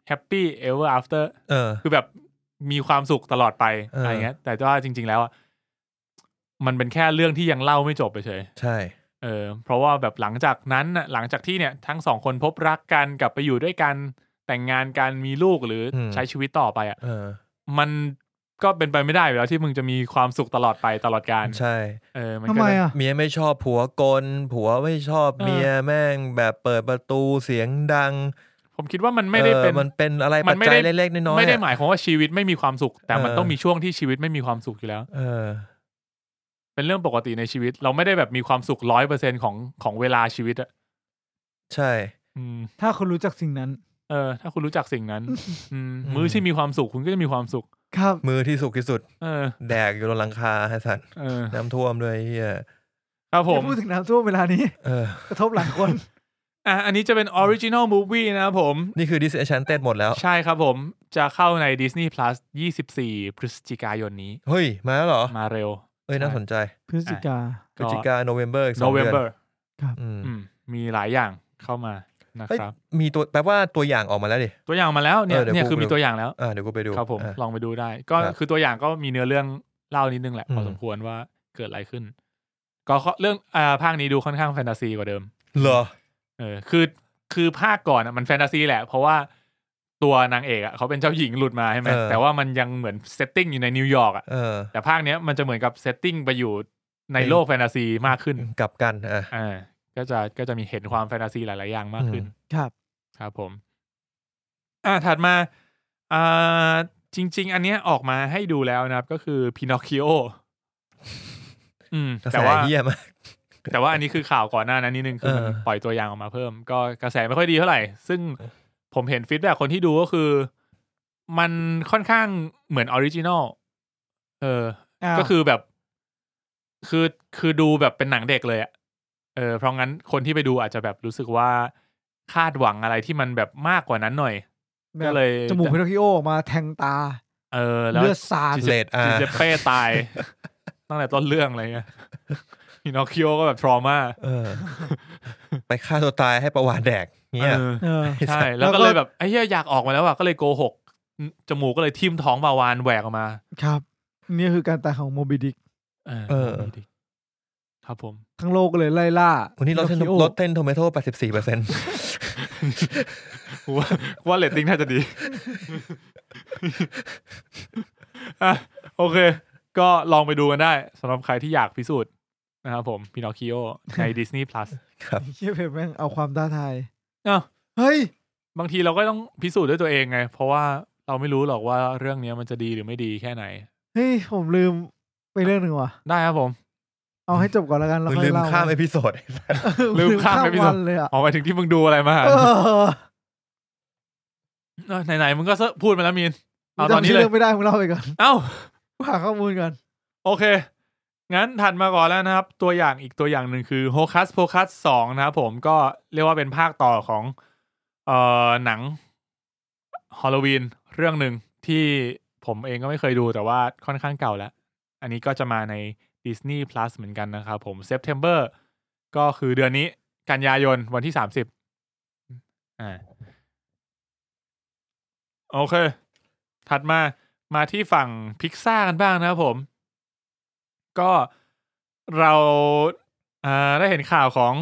S2: แฮปปี้เอเวอร์อัฟเตอร์
S1: เออ
S2: คือแบบมีความสุขตลอดไป
S1: เอออ
S2: อะไรเงี้ย แต่ว่าจริง ๆ แล้วอะมันเป็นแค่เรื่องที่ยังเล่าไม่จบไปเฉย
S1: ใช่
S2: เออเพราะว่าแบบหลังจากนั้นน่ะหลังจากที่เนี่ยทั้งสองคนพบรักกันกลับไปอยู่ด้วยกันแต่งงานกันมีลูกหรืออ
S1: ม
S2: ใช้ชีวิตต่อไปอ่ะ
S1: เออ
S2: มันก็เป็นไปไม่ได้อยู่แล้วที่มึงจะมีความสุขตลอดไปตลอดการ
S1: ใช่
S2: เออมัน
S3: ทำ
S2: ก็
S3: ไม
S2: เลย
S3: อ่ะ
S1: เมียไม่ชอบผัวกลผัวไม่ชอบ
S2: เออ
S1: เมียแม่งแบบเปิดประตูเสียงดัง
S2: ผมคิดว่ามันไม่ได้
S1: ออ
S2: เป็น
S1: มันเป็นอะไร
S2: มั
S1: ปัจ
S2: นไม่
S1: จัย
S2: ได้
S1: เล็กๆน้อยๆ
S2: ไม่ได้
S1: อะ
S2: หมายความว่าชีวิตไม่มีความสุข แต่มัน
S1: เออ
S2: ต้องมีช่วงที่ชีวิตไม่มีความสุขอยู่แล้ว
S1: เออ
S2: เป็นเรื่องปกติในชีวิต เราไม่ได้แบบมีความสุขร้อยเปอร์เซ็นของของเวลาชีวิตอ่ะ
S1: ใช่
S2: อืม
S3: ถ้าคุณรู้จักสิ่งนั้น
S2: เออ ถ้าคุณรู้จักสิ่งนั้นอืม
S1: อืม
S2: มื้อที่มีความสุขคุณก็จะมีความสุข
S3: ครับ
S1: มือที่สุกที่สุด
S2: เออ
S1: แดกอยู่บนหลังคาไอ้สัตว์
S2: เออ
S1: น้ำท่วมด้วยไอ้เฮีย
S2: ครับผม
S3: พูดถึงน้ำท่วมเวลานี้
S1: เออ
S3: กระทบหลังคน
S2: อ่ะอันนี้จะเป็นออริจินอลมูฟวี่นะครับผม
S1: นี่คือ Disenchanted หมดแล้ว
S2: ใช่ครับผมจะเข้าใน Disney Plus 24 พฤศจิกายนนี้
S1: เฮ้ย มาแล้วเหรอ
S2: มาเร็ว
S1: เอ้ย น่าสนใจ
S3: พฤศจิกา
S1: พฤศจิกาโนเวมเบอร์อีกสองเดือน
S2: November
S1: อืม
S2: อืมมีหลายอย่างเข้ามานะ
S1: เอ้ย
S2: ครับ
S1: มีตัวแปลว่าตัวอย่างออกมาแล้วดิ
S2: ตัวอย่างมาแล้วเนี่ย
S1: เออเดี๋ยว
S2: เนี่ย
S1: กู
S2: คือ
S1: ไป
S2: มี
S1: ดู
S2: ตัวอย่างแล้ว
S1: อ่าเดี๋ยวกูไปดู
S2: ครับผม
S1: อ่ะ
S2: ลองไปดูได้ ก็
S1: ครับ
S2: คือตัวอย่างก็มีเนื้อเรื่องเล่านิดนึงแหละ
S1: อืม
S2: พอสมควรว่าเกิดอะไรขึ้น ก็เรื่องอ่าภาคนี้ดูค่อนข้างแฟนตาซีกว่าเดิม
S1: เหรอ
S2: เออคือคือภาคก่อนอะมันแฟนตาซีแหละ เพราะว่าตัวนางเอกอะเขาเป็นเจ้าหญิงหลุดมาใช่ไหม
S1: เออ
S2: แต่ว่ามันยังเหมือนเซตติ้งอยู่ในนิวยอร์กอะ
S1: เออ
S2: แต่ภาคเนี้ยมันจะเหมือนกับเซตติ้งไปอยู่ใน
S1: อืม
S2: โลกแฟนตาซีมากขึ้น
S1: กลับกันอ่ะ
S2: อ่า ก็จะก็จะมีเห็นความแฟนตาซีหลาย ๆ อย่างมากขึ้น
S3: ครับ
S2: ครับผม อ่าถัดมา อ่า จริง ๆ อันเนี้ยออกมาให้ดูแล้วนะครับ ก็คือพินอคคิโอ อืม
S1: กระแส
S2: แต่ว่า
S1: เฮียมาก
S2: แต่ว่าอันนี้คือข่าวก่อนหน้านั้นนิดนึงคือมัน
S1: เออ
S2: ปล่อยตัวอย่างออกมาเพิ่ม ก็กระแสไม่ค่อยดีเท่าไหร่ ซึ่งผมเห็นฟีดแบ็กคนที่ดูก็คือ มันค่อนข้างเหมือนออริจินอล เออ ก็คือแบบ คือคือดูแบบเป็นหนังเด็กเลยอะเออเพราะงั้นคนที่ไปดูอาจจะแบบรู้สึกว่าคาดหวังอะไรที่มันแบบมากกว่านั้นหน่อย ก็เลย
S3: จมูกพินอคคิโอออกมาแทงตา
S2: เออ แล้ว
S3: เลือดสาด
S2: จิ
S1: เล
S2: เจ
S1: ดอ่ะ
S2: จิเจเป้ตาย ตั้งแต่ต้นเรื่องอะไรเงี้ย ฮินอคคิโอก็แบบทรมา
S1: เอ อ ไปฆ่าตัวตายให้ประวานแดกเงี้ย
S2: เออ
S3: เออ
S2: ใช่
S1: ไอ้สัตว์
S2: แล้วก็
S3: แล้วก็
S2: เลยแบบไอ้เหี้ยอยากออกมาแล้วอ่ะก็เลยโกหก จมูกก็เลยทิ่มท้องปลาวานแหวกออกมา
S3: ครับ นี่คือการตายของโมบิดิก
S2: เออ
S1: เออ
S2: ดีดีครับผม
S3: ทั้งโลกเลยไล่ล่า
S1: วันนี้ลดเทน
S3: พินอคคิโอ
S1: ลดเทนโทเมโต้แปดสิบสี่เปอร์เซ็นต์
S2: ว่าว่าเลตติ้งน่าจะดี อ่ะโอเค ก็ลองไปดูกันได้สำหรับใครที่อยากพิสูจน์นะครับผมพินอคิโอใน Disney Plus
S1: ครับ
S3: เชี่ยเพจแม่งเอาความท้าทาย
S2: อ้าว
S3: เฮ้ย
S2: บางทีเราก็ต้องพิสูจน์ด้วยตัวเองไง เพราะว่าเราไม่รู้หรอกว่าเรื่องเนี้ยมันจะดีหรือไม่ดีแค่ไหน
S3: เฮ้ย ผมลืมไปเรื่องหนึ่งว่ะ
S2: ได้ครับผม
S3: เอาให้จบก่อนแล้วกันแล้ว
S1: มึง
S3: ค่
S1: ลืม
S3: อยเล่า
S1: ข้ามเอพิโซด
S2: ลืมข้ามไปพี่ส
S3: วั
S2: ม
S3: นเลยอ่ะ
S2: ออกไปถึงที่มึงดูอะไรมา
S3: เออ
S2: เออไหนๆมึงก็เซอะพูดมาแล้วมีน เอาตอนนี้
S3: จำชื่
S2: เลย
S3: รื่องไม่ได้มึงเล่าไปก่อน
S2: เอ้า
S3: หาข้อมูลก่อน
S2: โอเค งั้นถัดมาก่อนแล้วนะครับ ตัวอย่างอีกตัวอย่างหนึ่งคือโฮคัสโ o คัสสองนะครับผมก็เรียกว่าเป็นภาคต่อของเอ่อหนังฮอล o w วีนเรื่องหนึ่งที่ผมเองก็ไม่เคยดูแต่ว่าค่อนข้างเก่าแล้ว อันนี้ก็จะมาใน Disney Plus เหมือนกันนะครับผม September ก็คือเดือนนี้กันยายนวันที่สามสิบอ่าโอเค ถัดมา มาที่ฝั่งพิกซ่ากันบ้างนะครับผม ก็เราอ่าได้เห็นข่าวของ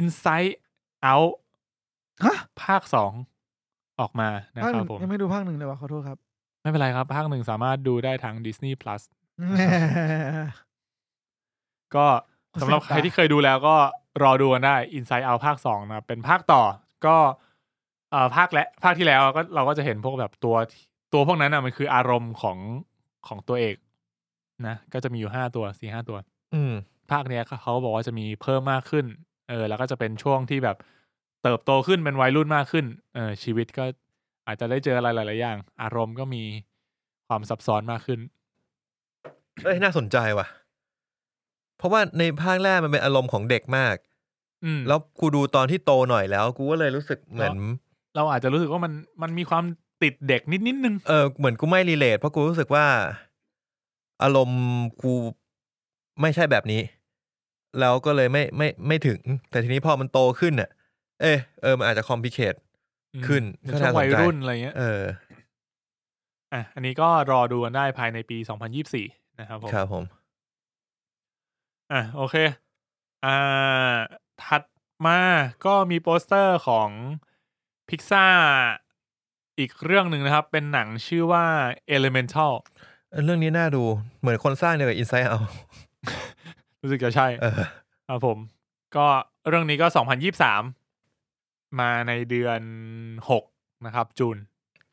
S2: Inside Out
S3: ฮะ
S2: ภาคสองออกมานะ
S3: ภาค
S2: ค
S3: ห
S2: รั
S3: นึ่
S2: บผ
S3: ง
S2: ม
S3: ยังไม่ดูภาคหนึ่งเลยว่ะขอโทษครับ
S2: ไม่เป็นไรครับ ภาคหนึ่งสามารถดูได้ทาง Disney Plus
S3: แหม
S2: ก็สำหรับใครที่เคยดูแล้วก็รอดูกันได้ Inside Out ภาคสองนะครับเป็นภาคต่อก็เอ่อภาคและภาคที่แล้วก็เราก็จะเห็นพวกแบบตัวตัวพวกนั้นอ่ะมันคืออารมณ์ของของตัวเอกนะ ก็จะมีอยู่ห้าตัวสี่ห้าตัว
S1: อืม
S2: ภาคเนี้ยเขาบอกว่าจะมีเพิ่มมากขึ้น เออ แล้วก็จะเป็นช่วงที่แบบเติบโตขึ้นเป็นวัยรุ่นมากขึ้น เออ ชีวิตก็อาจจะได้เจออะไรหลาย ๆ อย่าง อารมณ์ก็มีความซับซ้อนมากขึ้น
S1: เอ้ยน่าสนใจว่ะ เพราะว่าในภาคแรกมันเป็นอารมณ์ของเด็กมาก
S2: อืม
S1: แล้วกูดูตอนที่โตหน่อยแล้ว กูก็เลยรู้สึกเหมือน
S2: เราอาจจะรู้สึกว่ามันมันมีความติดเด็กนิดนิดนึง
S1: เออเหมือนกูไม่รีเลทเพราะกูรู้สึกว่า อารมณ์กูไม่ใช่แบบนี้ แล้วก็เลยไม่ไม่ไม่ถึง แต่ทีนี้พอมันโตขึ้นอ่ะ เออเออมันอาจจะคอมพิเคต
S2: อืม
S1: ขึ้น
S2: เป็
S1: ก็
S2: ช่ว
S1: น่าง สนใจ
S2: วัยรุ่นอะไรเงี้ย
S1: เออ
S2: อ่ะ อันนี้ก็รอดูกันได้ภายในปี 2024 นะครับผม
S1: ครับผม
S2: อ่ะโอเค อ่า ถัดมาก็มีโปสเตอร์ของพิกซ่าอีกเรื่องหนึ่งนะครับ เป็นหนังชื่อว่า Elemental
S1: เรื่องนี้น่าดูเหมือนคนสร้างเดียวกับอินไซต์เอา
S2: รู้สึกจะใช่
S1: เออ
S2: ครับผม ก็เรื่องนี้ก็ 2023 มาในเดือน 6 นะครับ จูน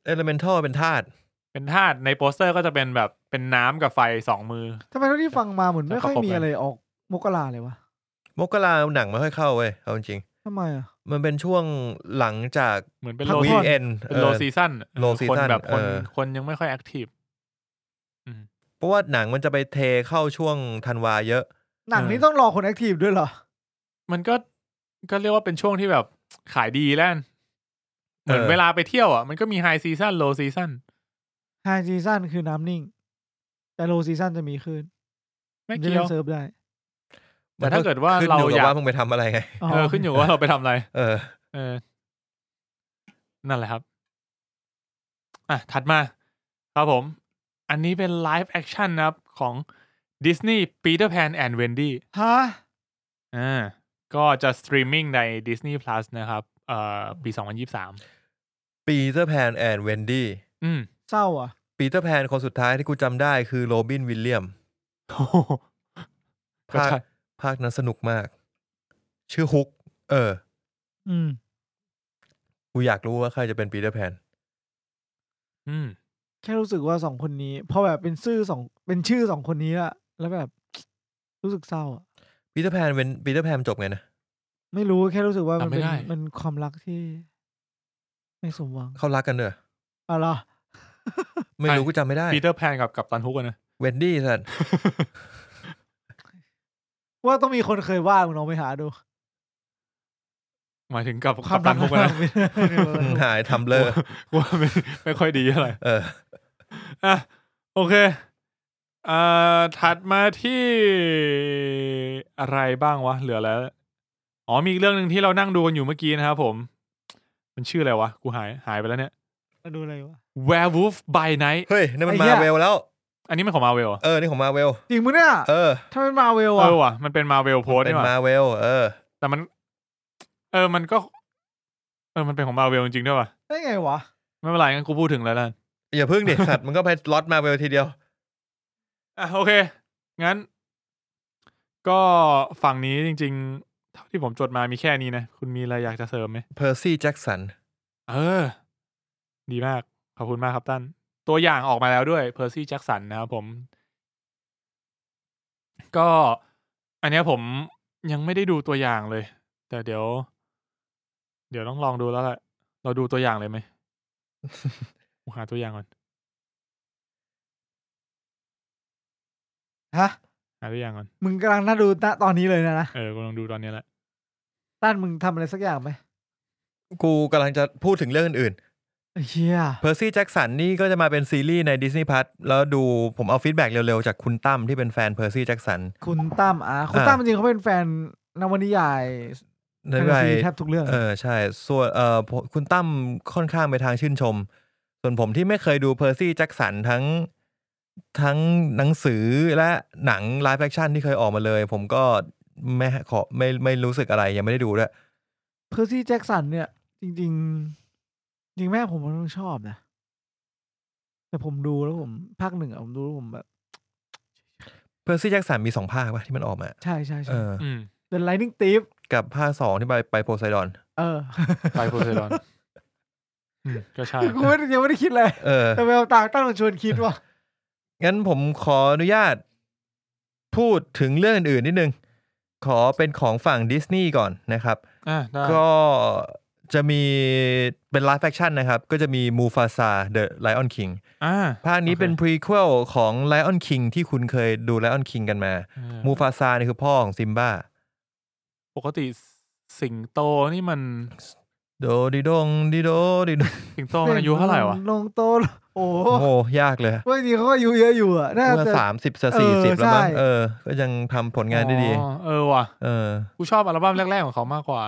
S1: เอลเมนทัลเป็นธาตุ
S2: เป็นธาตุในโปสเตอร์ก็จะเป็นแบบเป็นน้ำกับไฟสองมือ
S3: ทำไมเท่าที่ฟังมาเหมือนไม่ค่อยมีอะไรออกมกราเลยวะ
S1: มกราหนังไม่ค่อยเข้าเว้ยเอาจริง
S3: ทำไมอ่ะ
S1: ๆมันเป็นช่วงหลังจาก
S2: เหมือนเป็น
S3: พั
S2: โล
S3: ก
S1: วี
S2: ซี
S1: เอ็น
S2: เป็นโลซีซั่น
S1: low
S2: คน
S1: season
S2: แบบคน
S1: เออ
S2: คนยังไม่ค่อยแอคทีฟ
S1: เพราะว่าหนังมันจะไปเทเข้าช่วงธันวาเยอะ
S3: หนังนี้ต้องรอคนแอคทีฟด้วยเหรอ
S2: มันก็ก็เรียกว่าเป็นช่วงที่แบบขายดีแล้วกันเหมือน
S1: เออ
S2: เวลาไปเที่ยวอ่ะ มันก็มีไฮซีซั o นโลซีซั o น
S3: ไฮซีซั o นคือน้ำนิ่ง แต่โลซีซั o นจะมีคลื่น
S2: ไม่
S3: จะ
S2: เกี่ย
S3: เล่
S2: วน
S3: เซิร์ฟได้
S2: แต่ถ้าเกิดว่า
S1: ขึ้น
S2: เรา
S1: อยู่
S2: อ
S1: กับ
S2: ยาก
S1: ว่ามึงไปทำอะไรไง
S2: เออขึ้นอยู่ว่า เราไปทำอะไร
S1: เออ
S2: เออ นั่นแหละครับ อ่ะ ถัดมาครับผม อันนี้เป็นไลฟ์แอคชั่นนะครับของดิสนีย์ปีเตอร์แพนแอนด์เวนดี้
S3: ฮะ
S2: อ่า ก็จะสตรีมมิ่งใน Disney Plus นะครับ เอ่อ ปี 2023
S1: ปีเตอร์แพนแอนด์เวนดี้
S2: อืม
S3: เศร้าอ่ะ
S1: ปีเตอร์แพนคนสุดท้ายที่กูจำได้คือโรบินวิลเลียม
S2: ก็
S1: ภาค
S2: ใช่
S1: ภาคนั้นสนุกมาก ชื่อฮุก เออ
S3: อืม
S1: กูอยากรู้ว่าใครจะเป็นปีเตอร์แพน
S2: อืม
S3: แค่รู้สึกว่าสองคนนี้พอแบบเป็นชื่อสองเป็นชื่อสองคนนี้ละแล้วแบบ รู้สึกเศร้าอ่ะ
S1: ปีเตอร์แพนเป็นปีเตอร์แพนจบไงนะ
S3: ไม่รู้แค่รู้สึกว่ามันเป็น
S2: จำไม่ได้
S3: มันความรักที่ ไม่สมหวัง
S1: เขารักกันเนอะ
S3: เอาล่ะ
S1: ไม่รู้กูจำไม่ได้
S2: ปีเตอร์แพนกับกับตันฮุกอะนะ
S1: เวนดี้สัน
S3: ว่าต้องมีคนเคยว่ามึงลองไปหาดู
S2: หมายถึงกับ
S3: ค
S2: กั
S3: วาม
S2: บ
S3: รั
S2: ตั
S3: ก
S2: นพวกนะ
S3: ไม่ได้เลย
S1: หายทำเลอร์
S2: ว่าไม่ไม่ค่อยดีอะไหร
S1: เออ
S2: อ่ะโอเคอ่าถัดมาที่อะไรบ้างวะ เหลือแล้วอ๋อมีอีกเรื่องหนึ่งที่เรานั่งดูกันอยู่เมื่อกี้นะครับผม มันชื่ออะไรวะ กูหายหายไปแล้วเนี่ย
S3: มาดูอะไรวะ
S2: Werewolf by Night
S1: เฮ้ยนั่นมัน
S3: ไอ้
S1: มา
S3: เหี้ย
S1: เวลแล้ว
S2: อันนี้มันของมาเวล
S1: เออ นี่ของมาเวล
S3: จริงมั้ ยเนี่ย
S1: เออ
S3: ถ้าเป็นมาเวล
S2: เอ
S3: อ่ะ
S2: อว่ะมันเป็นมาเวลโพส
S1: เป็
S2: นี่
S1: น
S2: ห
S1: มา
S2: ว่า
S1: เวล เออ
S2: แต่มัน เออมันก็ เออมันเป็นของมาเวลจริงๆด้วยว่ะ
S3: ได้ไงวะ
S2: ไม่เป็นไรงั้นกูพูดถึงแล้วล่ะ
S1: อย่าพึ่งดิ สัตว์มันก็ไปล็อตมาไปทีเดียว
S2: อ่ะโอเค งั้น ก็ฝั่งนี้จริงๆ เท่าที่ผมจดมามีแค่นี้นะ คุณมีอะไรอยากจะเสริมไหม
S1: เพอร์ซี่แจ็กสัน
S2: เออ ดีมาก ขอบคุณมากครับตั้น ตัวอย่างออกมาแล้วด้วยเพอร์ซี่แจ็ n สันนะครับผม ก็ อันเนี้ยผมยังไม่ได้ดูตัวอย่างเลย แต่เดี๋ยว เดี๋ยวต้องลองดูแล้วแหละเราดูตัวอย่างเลย ไหม ผมหาตัวอย่างก่อน
S3: ฮะ
S2: หาตัวอย่างก่อน
S3: มึงกำลังน่าดูณตอนนี้เลยนะนะ
S2: เออกูลองดูตอนเนี้ยแหละ
S3: ต้านมึงทำอะไรสักอย่างไหม
S1: กูกำลังจะพูดถึงเรื่องอื่น
S3: ไอ้เฮีย
S1: ๆ เพอร์ซี่แจ็กสันนี่ก็จะมาเป็นซีรีส์ในดิสนีย์พัทแล้วดูผมเอาฟีดแบ็กเร็วๆ จากคุณตั้มที่เป็นแฟนเพอร์ซี่แจ็กสัน
S3: คุณตั้มอ่ะคุณ
S1: อ่า
S3: ตั้มจริงๆเขาเป็นแฟนนวนิยาย
S1: ใน
S3: แฟน
S1: ไ
S3: ตาซีแทบทุกเรื่อง
S1: เออใช่ ส่วนเอ่อผมคุณตั้มค่อนข้างไปทางชื่นชม ส่วนผมที่ไม่เคยดูเพอร์ซี่แจ็กสันทั้งทั้งหนังสือและหนังไลฟ์แฟคชั่นที่เคยออกมาเลย ผมก็ไม่ขอไม่ไม่รู้สึกอะไรยังไม่ได้ดูด้วย
S3: เพอร์ซี่แจ็คสันเนี่ย จริง ๆ จริงแม่ผมมันชอบนะ แต่ผมดูแล้วผมภาคหนึ่งอะผมดูแล้วผมแบบ
S1: เพอร์ซี่แจ็กสันมีสองภาคป่ะที่มันออกมา
S3: ใช่ใช่
S1: เอ
S3: ใช่
S1: อ
S2: อืม
S3: เดนไลนิ่งตีฟ
S1: กับภาคสองที่ไปไปโพไซดอน
S3: เออ
S2: ไปโพไซดอน อืม ก็ใช่
S3: คือกูไม่ยังไม่ได้คิดเลย
S1: เออ
S3: แต่แววตาตั้งมันชวนคิดว่ะ
S1: งั้นผมขออนุญาตพูดถึงเรื่องอื่นนิดนึง ขอเป็นของฝั่งดิสนีย์ก่อนนะครับ
S2: อ่ะได้
S1: ก็จะมีเป็นไลฟ์แฟคชั่นนะครับ ก็จะมีมูฟาซาเดอะไลออนคิง
S2: อ่า
S1: ภาคนี้เป็นพรีเควลของไลออนคิงที่คุณเคยดูไลออนคิงกันมา
S2: เออ
S1: มูฟาซานี่คือพ่อของซิมบ้า
S2: ปกติสิงโตนี่มัน
S1: โดดิดงดิโดดิโด
S2: สิงโตมันอายุเท่าไหร่วะ
S3: ลงโตโอ้โห
S1: โอ้โหยากเลย
S3: ว่าจริงเขาอายุเยอะอยู่อะน่า
S1: เมื่อ
S3: จะ
S1: สามสิบสี่สิบ
S3: เออ
S1: แล้วมั้ง
S3: ใช่
S1: เออ ก็ยังทำผลงานได้ดี
S2: อ๋อเออว่ะ
S1: เออ
S2: กูชอบอัลบั้มแรก ๆ ของเขามากกว่า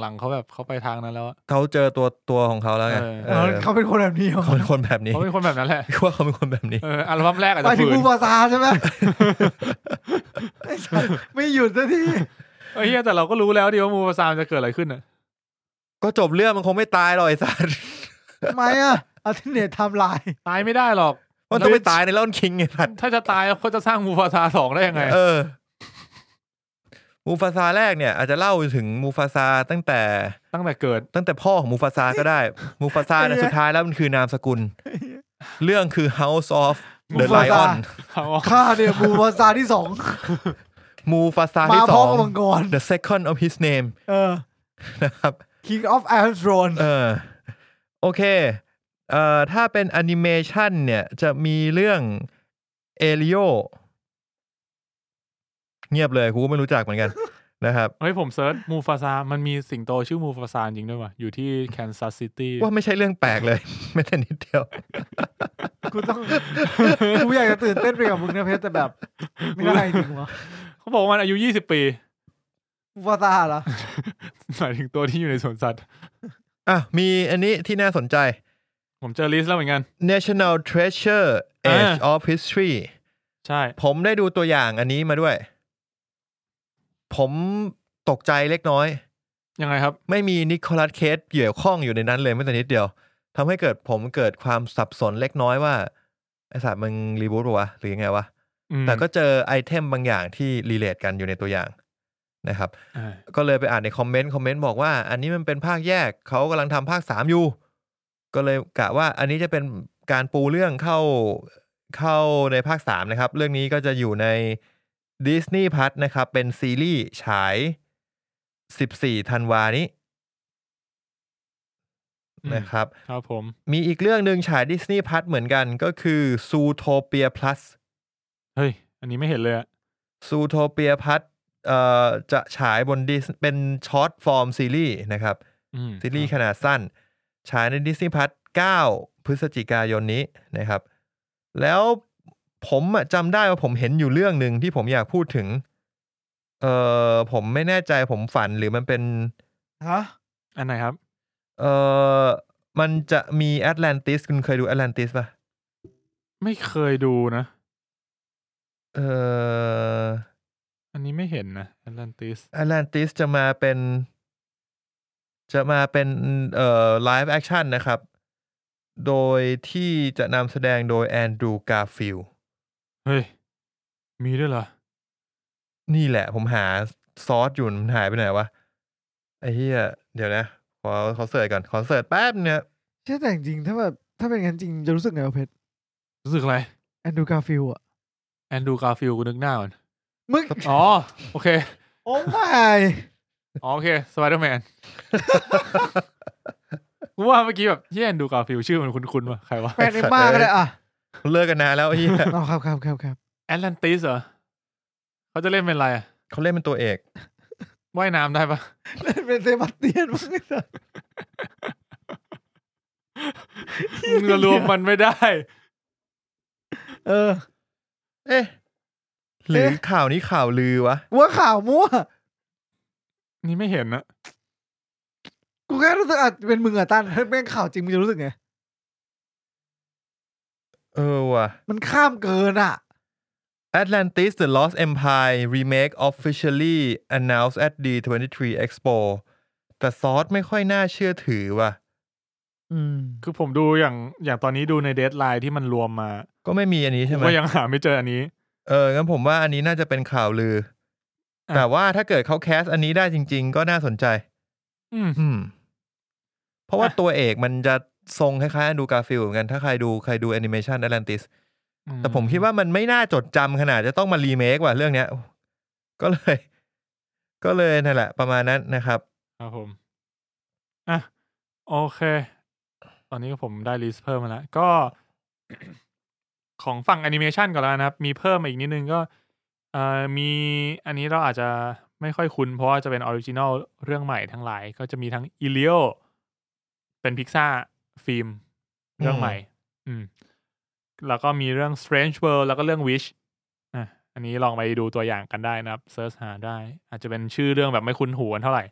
S2: หลัง ๆเขาแบบเขาไปทางนั้นแล้วอะ
S1: เขาเจอตัวตัวของเขาแล้วไง
S2: เออ
S1: เออ
S3: เขาเป็นคนแบบนี้เหรอ
S1: เขาเป็นคนแบบนี้
S2: เขาเป็นคนแบบนั้นแหละ
S1: คิดว่าเขาเป็นคนแบบนี้
S2: เอออัลบั้มแรกอาจ
S3: ไป
S2: จะ
S3: ถึง
S2: ฝืน
S3: บูบาซาใช่ไหมไอ้สัสไม่หยุดสักที
S2: เออเฮียแต่เราก็รู้แล้วดิว่ามูฟาซามนจะเกิดอะไรขึ้นอ่ะ
S1: ก็จบเรื่องมันคงไม่ตายหรอกไอ้สัส
S3: ทำไมอะอัลเทเนทไทม์ไลน์
S2: ตายไม่ได้หรอก
S1: มันต้องไปตายในเล่นคิงไงสัส
S2: ถ้าจะตายเขาจะสร้างมูฟาซาสองได้ยังไง
S1: เออ มูฟาซาแรกเนี่ย อาจจะเล่าถึงมูฟาซาตั้งแต่
S2: ตั้งแต่เกิด
S1: ตั้งแต่พ่อของมูฟาซาก็ได้ มูฟา ซาเนี่ยสุดท้ายแล้วมันคือนามสกุล เรื่องคือ House of the Lion
S2: เอา
S3: ข้าเนี่ยบูบาซาที่สอง
S1: มูฟาซา
S3: มา
S1: ที่ส
S3: พร้อ
S1: อง
S3: มกับมังกร
S1: the second of his name
S3: เออ
S1: นะครับ
S3: King of Iron Throne
S1: เออโอเคเอ่อถ้าเป็นแอนิเมชันเนี่ยจะมีเรื่องเอลิโอเงียบเลยกูก็ไม่รู้จักเหมือน กัน นะครับ
S2: เฮ้ยผมเซิร์ชมูฟาซา มันมีสิงโตชื่อมูฟาซาจริงด้วยว่ะ อยู่ที่แคนซัสซิตี้
S1: ว่าไม่ใช่เรื่องแปลกเลย ไม่แต่นิดเดียว
S3: กูต้องกูอยากจะตื่นเต้นไปกับมึงนะเพชรแต่แบบ ไม่ได้จริงวะ
S2: เขาบอกว่ามันอายุยี่สิบปี
S3: บูบาซาเหรอ
S2: หมายถึงตัวที่อยู่ในสวนสัตว์
S1: อ่ะ มีอันนี้ที่น่าสนใจ
S2: ผมเจอลิสต์แล้วเหมือนกัน
S1: National Treasure Age
S2: อ่า
S1: of History
S2: ใช่
S1: ผมได้ดูตัวอย่างอันนี้มาด้วย ผมตกใจเล็กน้อย
S2: ยังไงครับ
S1: ไม่มีนิโคลัสเคสเกี่ยวข้องอยู่ในนั้นเลยแม้แต่นิดเดียวทำให้เกิดผมเกิดความสับสนเล็กน้อยว่า ไอสัตว์มึงรีบูตปะวะ หรือยังไงวะ
S2: อืม
S1: แต่ก็เจอไอเทมบางอย่างที่รีเลทกันอยู่ในตัวอย่างนะครับ
S2: อ่า
S1: ก็เลยไปอ่านในคอมเมนต์ คอมเมนต์บอกว่า อันนี้มันเป็นภาคแยก เขากำลังทำภาคสามอยู่ ก็เลยกะว่าอันนี้จะเป็นการปูเรื่องเข้าเข้าในภาคสามนะครับ เรื่องนี้ก็จะอยู่ในดิสนีย์พัทนะครับ เป็นซีรีส์ฉาย 14ธันวานี้ นะครับ
S2: ครับผม
S1: มีอีกเรื่องหนึ่งฉายดิสนีย์พัทเหมือนกันก็คือซูโทเปียพลัส
S2: เฮ้ย อันนี้ไม่เห็นเลยอะ
S1: ซูโทเปียพัทเอ่อจะฉายบนดิสเป็นช็อตฟอร์มซีรีส์นะครับ
S2: อืม
S1: ซีรีส์ขนาดสั้น ฉายในดิสนีย์พัท9พฤศจิกายนนี้นะครับ แล้วผมอะจำได้ว่าผมเห็นอยู่เรื่องหนึ่งที่ผมอยากพูดถึง เอ่อผมไม่แน่ใจผมฝันหรือมันเป็น
S3: ฮะ
S2: อันไหนครับ
S1: เอ่อมันจะมีแอตแลนติสคุณเคยดูแอตแลนติสป่ะ
S2: ไม่เคยดูนะ
S1: เออ
S2: อันนี้ไม่เห็นนะแอตแลนติส
S1: แอตแลนติสจะมาเป็น จะมาเป็นเอ่อไลฟ์แอคชั่นนะครับ โดยที่จะนำแสดงโดยแอนดรูว์การ์ฟิลด์
S2: เฮ้ย มีด้วยเหรอ
S1: นี่แหละผมหาซอสอยู่มันหายไปไหนวะ ไอ้เหี้ยเดี๋ยวนะ ขอขอเสิร์ชก่อน ขอเสิร์ชแป๊บเนี่ย
S3: ใช่แต่จริงๆถ้าแบบถ้าเป็นงั้นจริงจะรู้สึกไงวะเพชร
S2: รู้สึกอะไร
S3: แอนดูการ์ฟิลด์อ่ะ
S2: แอนดรูว์การ์ฟิลด์กูนึกหน้าก่อน
S3: มึง
S2: อ๋อ โอเค
S3: โอ้ไม่
S2: อ๋อโอเคสไปเดอร์แมน กูว่าเมื่อกี้แบบเฮียแอนดรูว์การ์ฟิลด์ชื่อมันคุ้นๆว่ะใครวะ
S3: แฟนเอ็มมาก็ได้อ่ะ
S1: เลิกกันนานแล้วไอ้เหี้ย
S3: เอาครับครับครับครับ
S2: แอตแลนติสเหรอเขาจะเล่นเป็นอะไรอะ
S1: เขาเล่นเป็นตัวเอก
S2: ว่ายน้ำได้ปะ
S3: เล่น เป็นเซบาสเตียนมั้งไม่ใช่
S2: มึ งจะรวมมันไม่ได้
S3: เออ
S1: เอ๊ะ หรือ
S3: เอ๊ะ
S1: ข่าวนี้ข่าวลือวะ
S3: ว่าข่าวมั่ว
S2: นี่ไม่เห็นนะ
S3: กูแค่รู้สึกอาจเป็นมึงอะตั้นถ้าแม่งข่าวจริงมึงจะรู้สึกไง
S1: เออว่ะ
S3: มันข้ามเกินอะ
S1: Atlantis The Lost Empire Remake officially announced at D23 Expo แต่ซอสไม่ค่อยน่าเชื่อถือว่ะ
S3: อืม
S2: คือผมดูอย่างอย่างตอนนี้ดูในเดทไลน์ที่มันรวมมา
S1: ก็ไม่มีอันนี้ใช่ไหม
S2: ก็ยังหาไม่เจออันนี้
S1: เอองั้นผมว่าอันนี้น่าจะเป็นข่าวลือ
S2: อ่ะ
S1: แต่ว่าถ้าเกิดเขาแคสอันนี้ได้จริง ๆ ก็น่าสนใจ
S2: อืม
S1: อืม เพราะว่า
S2: อ่ะ
S1: ตัวเอกมันจะทรงคล้ายๆดูการ์ฟิลด์เหมือนกันถ้าใครดูใครดูแอนิเมชันแอตแลนติสแต่ผมคิดว่ามันไม่น่าจดจำขนาดจะต้องมารีเมคว่ะเรื่องเนี้ย ก็เลย ก็เลยนั่นแหละ ประมาณนั้นนะครับ
S2: ครับผม อ่ะ โอเค ตอนนี้ก็ผมได้ลิสต์เพิ่มมาแล้ว ก็ ของฝั่งแอนิเมชันก่อนแล้วกันนะครับ มีเพิ่มมาอีกนิดนึงก็เอ่อมีอันนี้เราอาจจะไม่ค่อยคุ้น เพราะว่าจะเป็นออริจินอลเรื่องใหม่ทั้งหลาย ก็จะมีทั้งอ l เลียเป็นพิกซ่าฟิล์มเรื่องใหม่ อืม แล้วก็มีเรื่อง Strange World แล้วก็เรื่อง Wish อ่ะอันนี้ลองไปดูตัวอย่างกันได้นะครับเซิร์ชหาได้ อาจจะเป็นชื่อเรื่องแบบไม่คุ้นหูกันเท่าไหร่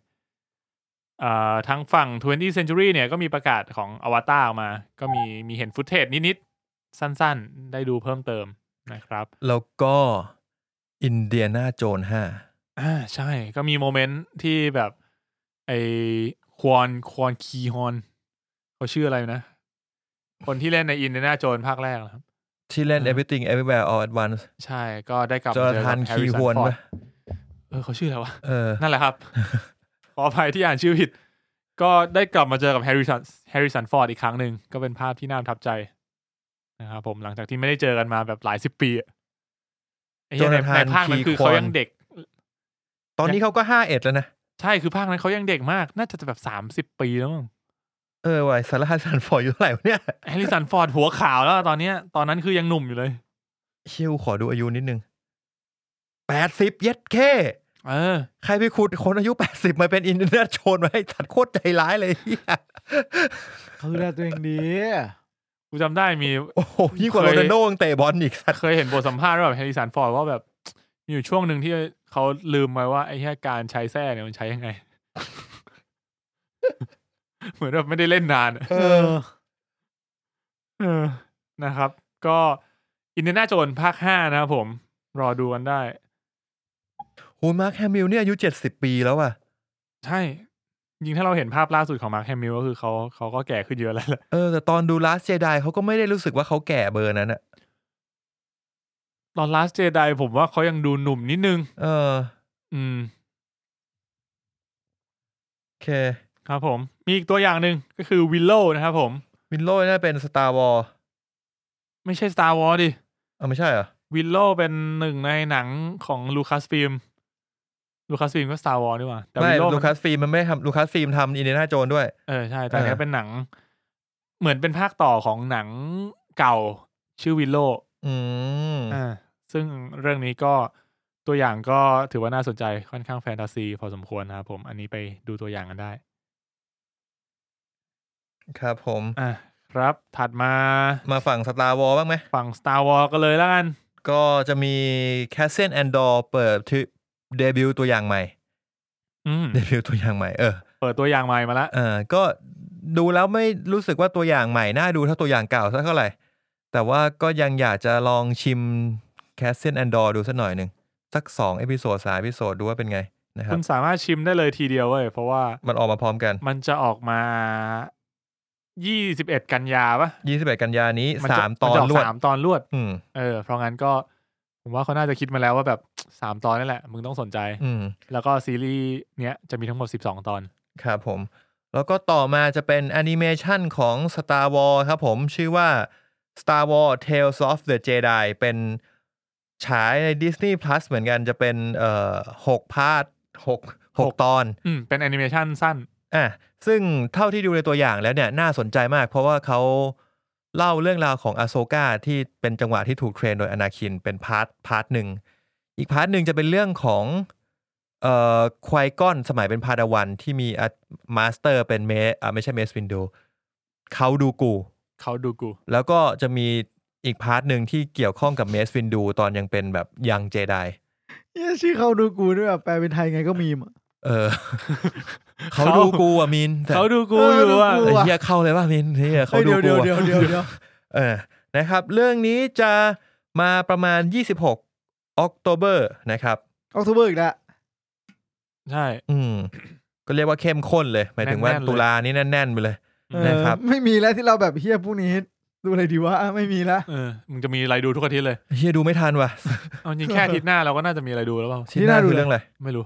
S2: เอ่อทางฝั่ง 20 Century เนี่ยก็มีประกาศของอวตารออกมา ก็มีมีเห็นฟุตเทจนิด ๆ สั้น ๆ ได้ดูเพิ่มเติมนะครับ
S1: แล้วก็อินเดียนาโจนห้า
S2: อ่าใช่ก็มีโมเมนต์ที่แบบไอควอนควอนคีฮอนเขาชื่ออะไรนะ คนที่เล่นในอินเดนาโจนภาคแรกนะครับ
S1: ที่เล่น
S2: อ่า
S1: everything everywhere all at once
S2: ใช่ก็ได้กลับ
S1: จอ
S2: มา
S1: ร์
S2: เจอ
S1: ทา
S2: กับ
S1: น
S2: แฮร์
S1: คี
S2: ริ
S1: ฮว
S2: สั
S1: น
S2: นฟอร์
S1: ปะ
S2: ดเออเขาชื่ออะไรวะ
S1: เออ
S2: นั่นแหละครับ ขออภัยที่อ่านชื่อผิด ก็ได้กลับมาเจอกับแฮร์ริสันแฮร์ริสันฟอร์ดอีกครั้งหนึ่ง ก็เป็นภาพที่น่าประทับใจนะครับผมหลังจากที่ไม่ได้เจอกันมาแบบหลายสิบปีอะไอ้เหี้ยใน
S1: Jonathan
S2: ในภาคนั้นคือ
S1: Key
S2: เขายัง
S1: Kwan
S2: เด็ก
S1: ตอนนี้เขาก็ห้าเอ็ดแล้วนะ
S2: ใช่คือภาคนั้นเขายังเด็กมาก น่าจะแบบสามสิบ30 ปีแล้วมั้ง
S1: เออว่ะสารคัดสันฟอร์ดอยู่เท่าไหร่วะเนี่ย
S2: แฮร์ริสันฟอร์ดหัวขาวแล้วอะตอนเนี้ยตอนนั้นคือยังหนุ่มอยู่เลย
S1: ชิวขอดูอายุนิดนึงแปดสิบเย็ดเค
S2: เออ
S1: ใครไปขุดคนอายุ 80 มาเป็นอินเดียนาโจนไว้ตัดโคตรใจร้าย เลยเหี้ย
S3: เขาดูแลตัวเองดี
S2: กูจำได้มี
S1: โอ้โหยิ่งกว่าโรนัลโดยังเตะบอลอีกสัตว์
S2: เคยเห็นบทสัมภาษณ์ว่าแบบแฮร์ริสันฟอร์ดว่าแบบ มีอยู่ช่วงหนึ่งที่เขาลืมไปว่าไอ้แค่การใช้แส้เนี่ยมันใช้ยัง ไง เหมือนแบบไม่ได้เล่นนานอะ
S3: เออ
S2: เออนะครับ ก็อินเดียนาโจนภาคห้านะครับผม รอดูกันได้
S1: โหมาร์คแฮมิลเนี่ยอายุ 70 ปีแล้วอ่ะ
S2: ใช่ ยิงถ้าเราเห็นภาพล่าสุดของมาร์คแฮมิลก็คือเขาเขาก็แก่ขึ้นเยอะแล้วแหละ
S1: เออ แต่ตอนดูลาสเจไดเขาก็ไม่ได้รู้สึกว่าเขาแก่เบอร์นั้นอ่ะ
S2: ตอนลาสเจไดผมว่าเขายังดูหนุ่มนิดนึง
S1: เออ
S2: อืม
S1: โอเค
S2: ครับผม มีอีกตัวอย่างหนึ่งก็คือวิลโลนะครับผม
S1: วินโลน่าเป็นสตาร์วอล
S2: ไม่ใช่ Star Wars ดิ
S1: เอาไม่ใช่เหรอ
S2: วิลโลเป็นหนึ่งในหนังของลูคัสฟิล์มลูคัสฟิล์มก็ Star Wars นี่หว่าแต่
S1: ไม่
S2: วิลโล
S1: ลูคัสฟิล์มมันไม่ทำลูคัสฟิล์มทำอินเดียนาโจนด้วย
S2: เออใช่ แต่อันเนี้ย
S1: เออ
S2: เป็นหนัง เหมือนเป็นภาคต่อของหนังเก่าชื่อวิลโล
S1: อืม
S2: อ่าซึ่งเรื่องนี้ก็ตัวอย่างก็ถือว่าน่าสนใจค่อนข้างแฟนตาซี พอสมควรนะครับผม อันนี้ไปดูตัวอย่างกันได้
S1: ครับผม
S2: อ่าครับถัดมา
S1: มาฝั่งสตาร์วอลบ้างไหม
S2: ฝั่ง Star Wars กันเลยแล้วกัน
S1: ก็จะมีแคสเซนแอนดอร์เปิดทริปเดบิวต์ตัวอย่างใหม่
S2: อืม
S1: เดบิวต์ตัวอย่างใหม่ เออ
S2: เปิดตัวอย่างใหม่มาละ
S1: เออก็ดูแล้วไม่รู้สึกว่าตัวอย่างใหม่น่าดูเท่าตัวอย่างเก่าสักเท่าไหร่ แต่ว่าก็ยังอยากจะลองชิมแคสเซนแอนดอร์ดูสักหน่อยหนึ่งสักสองเอพิโซดสามเอพิโซดดูว่าเป็นไงนะครั
S2: คุ
S1: บ
S2: ณสามารถชิมได้เลยทีเดียวเว้ยเพราะว่า
S1: มันออกมาพร้อมกัน
S2: มันจะออกมา ยี่สิบเอ็ดกันยาปะ
S1: ยี่สิบแปดกันยานี้
S2: นจะ
S1: สามต
S2: น
S1: อน
S2: จะก
S1: รวด
S2: สามตอนรวด
S1: อืม
S2: เออ เพราะงั้นก็ผมว่าเขาน่าจะคิดมาแล้วว่าแบบสามตอนนั่นแหละ มึงต้องสนใจ
S1: อืม
S2: แล้วก็ซีรีส์เนี้ยจะมีทั้งหมดสิบสองตอน
S1: ครับผม แล้วก็ต่อมาจะเป็นแอนิเมชันของ Star Wars ครับผม ชื่อว่า Star Wars Tales of the Jedi เป็นฉายใน Disney Plus เหมือนกันจะเป็นเอ่อหกพาร์ทหกหกตอน
S2: อืม เป็นแอนิเมชันสั้น
S1: อ่ะซึ่งเท่าที่ดูในตัวอย่างแล้วเนี่ยน่าสนใจมาก เพราะว่าเขาเล่าเรื่องราวของอาโซกาที่เป็นจังหวะที่ถูกเทรนโดยอนาคินเป็นพาร์ทพาร์ทหนึ่ง อีกพาร์ทหนึ่งจะเป็นเรื่องของเอ่อควายก้อนสมัยเป็นพาดาวันที่มีมาสเตอร์เป็นเมอ่าไม่ใช่เมสวินโดเขาดูกู
S2: เขาดู กู
S1: แล้วก็จะมีอีกพาร์ทหนึ่งที่เกี่ยวข้องกับเมสวินดูตอนยังเป็นแบบยังเจได
S3: เหี้ยชื่อเขาดูกูด้วยแบบแปลเป็นไทยไงก็มีมอะ
S1: เอ อ เขาดูกูอ่ะมินแต่
S2: เขาดูกู
S3: เออ
S2: อ
S3: ดู
S2: ยู่
S3: กู
S2: อ่ะ
S1: เออเฮียเข้าเลยว่ามินเฮียเขาดู
S3: เฮ้ย
S1: กู
S3: เดี๋ยว
S1: อะ
S3: เดี๋ยวเดี๋ยวเดี๋ ยว
S1: เออ นะครับ เรื่องนี้จะมาประมาณ 26 ออกโตเบอร์นะครับ
S3: ออกทูเบอร์อีกแล้ว
S2: ใช่
S1: อืม ก็เรียกว่าเข้มข้นเลย หมายถึงว่า
S2: แน่นๆเลย
S1: ตุลานี่แน่นๆไปเลย
S3: เออ
S1: นะครับ
S3: ไม่มีแล้วที่เราแบบเฮียพวกนี้ดูอะไรดีวะไม่มี แล้ว
S2: เออ มึงจะมีอะไรดูทุกอาทิตย์เลย
S1: เฮียดูไม่ทันว่ะ
S2: เอาจริงแค่อาทิตย์หน้าเราก็น่าจะมีอะไรดูแล้วเปล่า
S1: ที่หน้า
S3: ที่น่าดู
S1: คือเรื่องอะไร
S2: ไม่รู้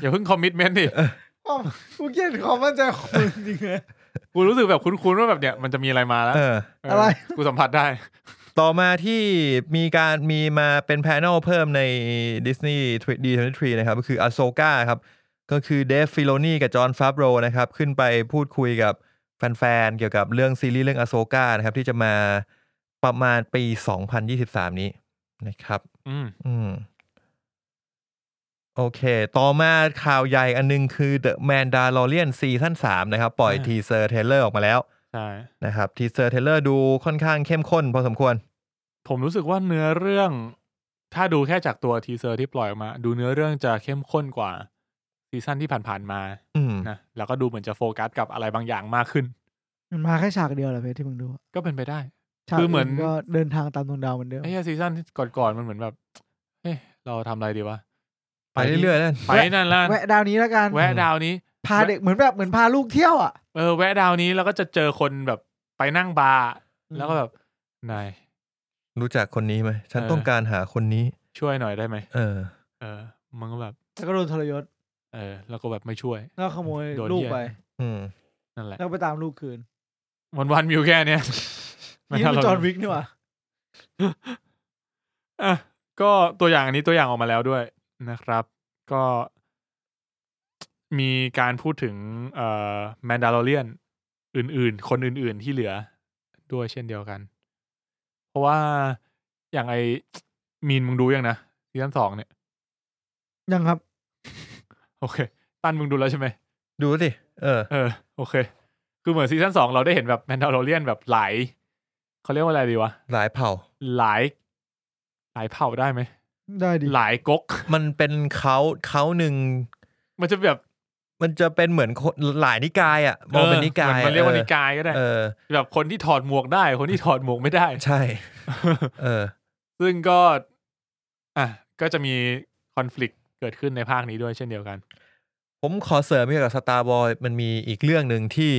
S2: อย่าเพิ่งคอมมิตเมนต์ดิ
S3: อ้อมกูเกลียดความมั่นใจของมึงจริงๆเลย
S2: กูรู้สึกแบบคุ้นๆว่าแบบเนี้ยมันจะมีอะไรมาแล้ว
S1: เออ
S2: เ
S3: ะไร
S2: กูสัมผัสได้
S1: ต่อมาที่มีการมีมาเป็นแพน e ลเพิ่มใน Disney 23นะครับ ก็คืออ s โซกาครับ ก็คือเดฟฟิโลนี่กับจอห์นฟาบโรนะครับ ขึ้นไปพูดคุยกับแฟนๆ เกี่ยวกับเรื่องซีรีส์เรื่องอ s โซกานะครับ ที่จะมาประมาณปี 2023 นี้นะครับ
S2: อืม
S1: อืม โอเค ต่อมาข่าวใหญ่อันนึงคือ The Mandalorian ซีซั่น3นะครับ ปล่อย
S2: อ่า
S1: ทีเซอร์เทเลอร์ออกมาแล้ว
S2: ใช่
S1: นะครับทีเซอร์เทเลอร์ดูค่อนข้างเข้มข้นพอสมควร
S2: ผมรู้สึกว่าเนื้อเรื่อง ถ้าดูแค่จากตัวทีเซอร์ที่ปล่อยออกมา ดูเนื้อเรื่องจะเข้มข้นกว่าซีซั่นที่ผ่านๆมา
S1: อืม
S2: นะแล้วก็ดูเหมือนจะโฟกัสกับอะไรบางอย่างมากขึ้น
S3: มันมาแค่ฉากเดียวเหรอเพชรที่มึงดูอะ
S2: ก็เป็นไปได้
S3: ฉาก
S2: คือเหมือน
S3: ก็เดินทางตามดวงดาวเหมือนเดิม
S2: ไอ้เหี้ยซีซั่นที่ก่อนๆมันเหมือนแบบเฮ้ยเราทำอะไรดีวะ
S1: ไปเรื่อยๆแล้วกัน
S2: ไปนั่นละ
S3: แวะดาวนี้แล้วกัน
S2: แวะดาวนี้
S3: พาเด็กเหมือนแบบเหมือนพาลูกเที่ยวอ่ะ
S2: เออแวะดาวนี้แล้วก็จะเจอคนแบบไปนั่งบาร์
S3: อืม
S2: แล้วก็แบบนาย
S1: รู้จักคนนี้ไหม ฉัน
S2: เออ
S1: ต้องการหาคนนี้
S2: ช่วยหน่อยได้ไหม
S1: เออ
S2: เออมันก็แบบ
S3: แล้วก็โดนทรยศ
S2: เออ แล้วก็แบบไม่ช่วย
S3: แล้วขโมย
S2: โดน
S3: ลูก
S2: เหี้ย
S3: ไป
S1: อืม
S2: นั่นแหละ
S3: แล้วไปตามลูกคื น
S2: วันวันๆมิวแค่เนี้ย
S3: นี่คือจอห์นวิกนี่หว่า
S2: อ่ะก็ตัวอย่างอันนี้ตัวอย่างออกมาแล้วด้วยนะครับ ก็ มีการพูดถึงเอ่อแมนดาร์เลียนอื่นๆ คนอื่นๆที่เหลือด้วยเช่นเดียวกัน เพราะว่าอย่างไอมีนมึงดูยังนะซีซั่นสองเนี่ย
S3: ยังครับ
S2: โอเค ตันมึงดูแล้วใช่ไหม
S1: ดูสิ เออ
S2: เออ โอเค คือเหมือนซีซั่นสองเราได้เห็นแบบแมนดาโลเรียนแบบหลายเขาเรียกว่าอะไรดีวะ
S1: หลายเผ่า
S2: หลาย หลายเผ่าได้ไหม
S3: ได้ดี
S2: หลายก๊ก
S1: มันเป็นเขาเขาหนึ่ง
S2: มันจะแบบ
S1: มันจะเป็นเหมือนคนหลายนิกายอ่ะ มองเป็นนิกาย
S2: เออเหมือนมันเรียกว่านิกายก็ได้
S1: เออ
S2: แบบคนที่ถอดหมวกได้ คนที่ถอดหมวกไม่ได้
S1: ใช่ เออ
S2: ซึ่งก็ อ่ะ ก็จะมีคอน FLICT เกิดขึ้นในภาคนี้ด้วยเช่นเดียวกัน
S1: ผมขอเสริมเกี่ยวกับ Star Wars มันมีอีกเรื่องหนึ่งที่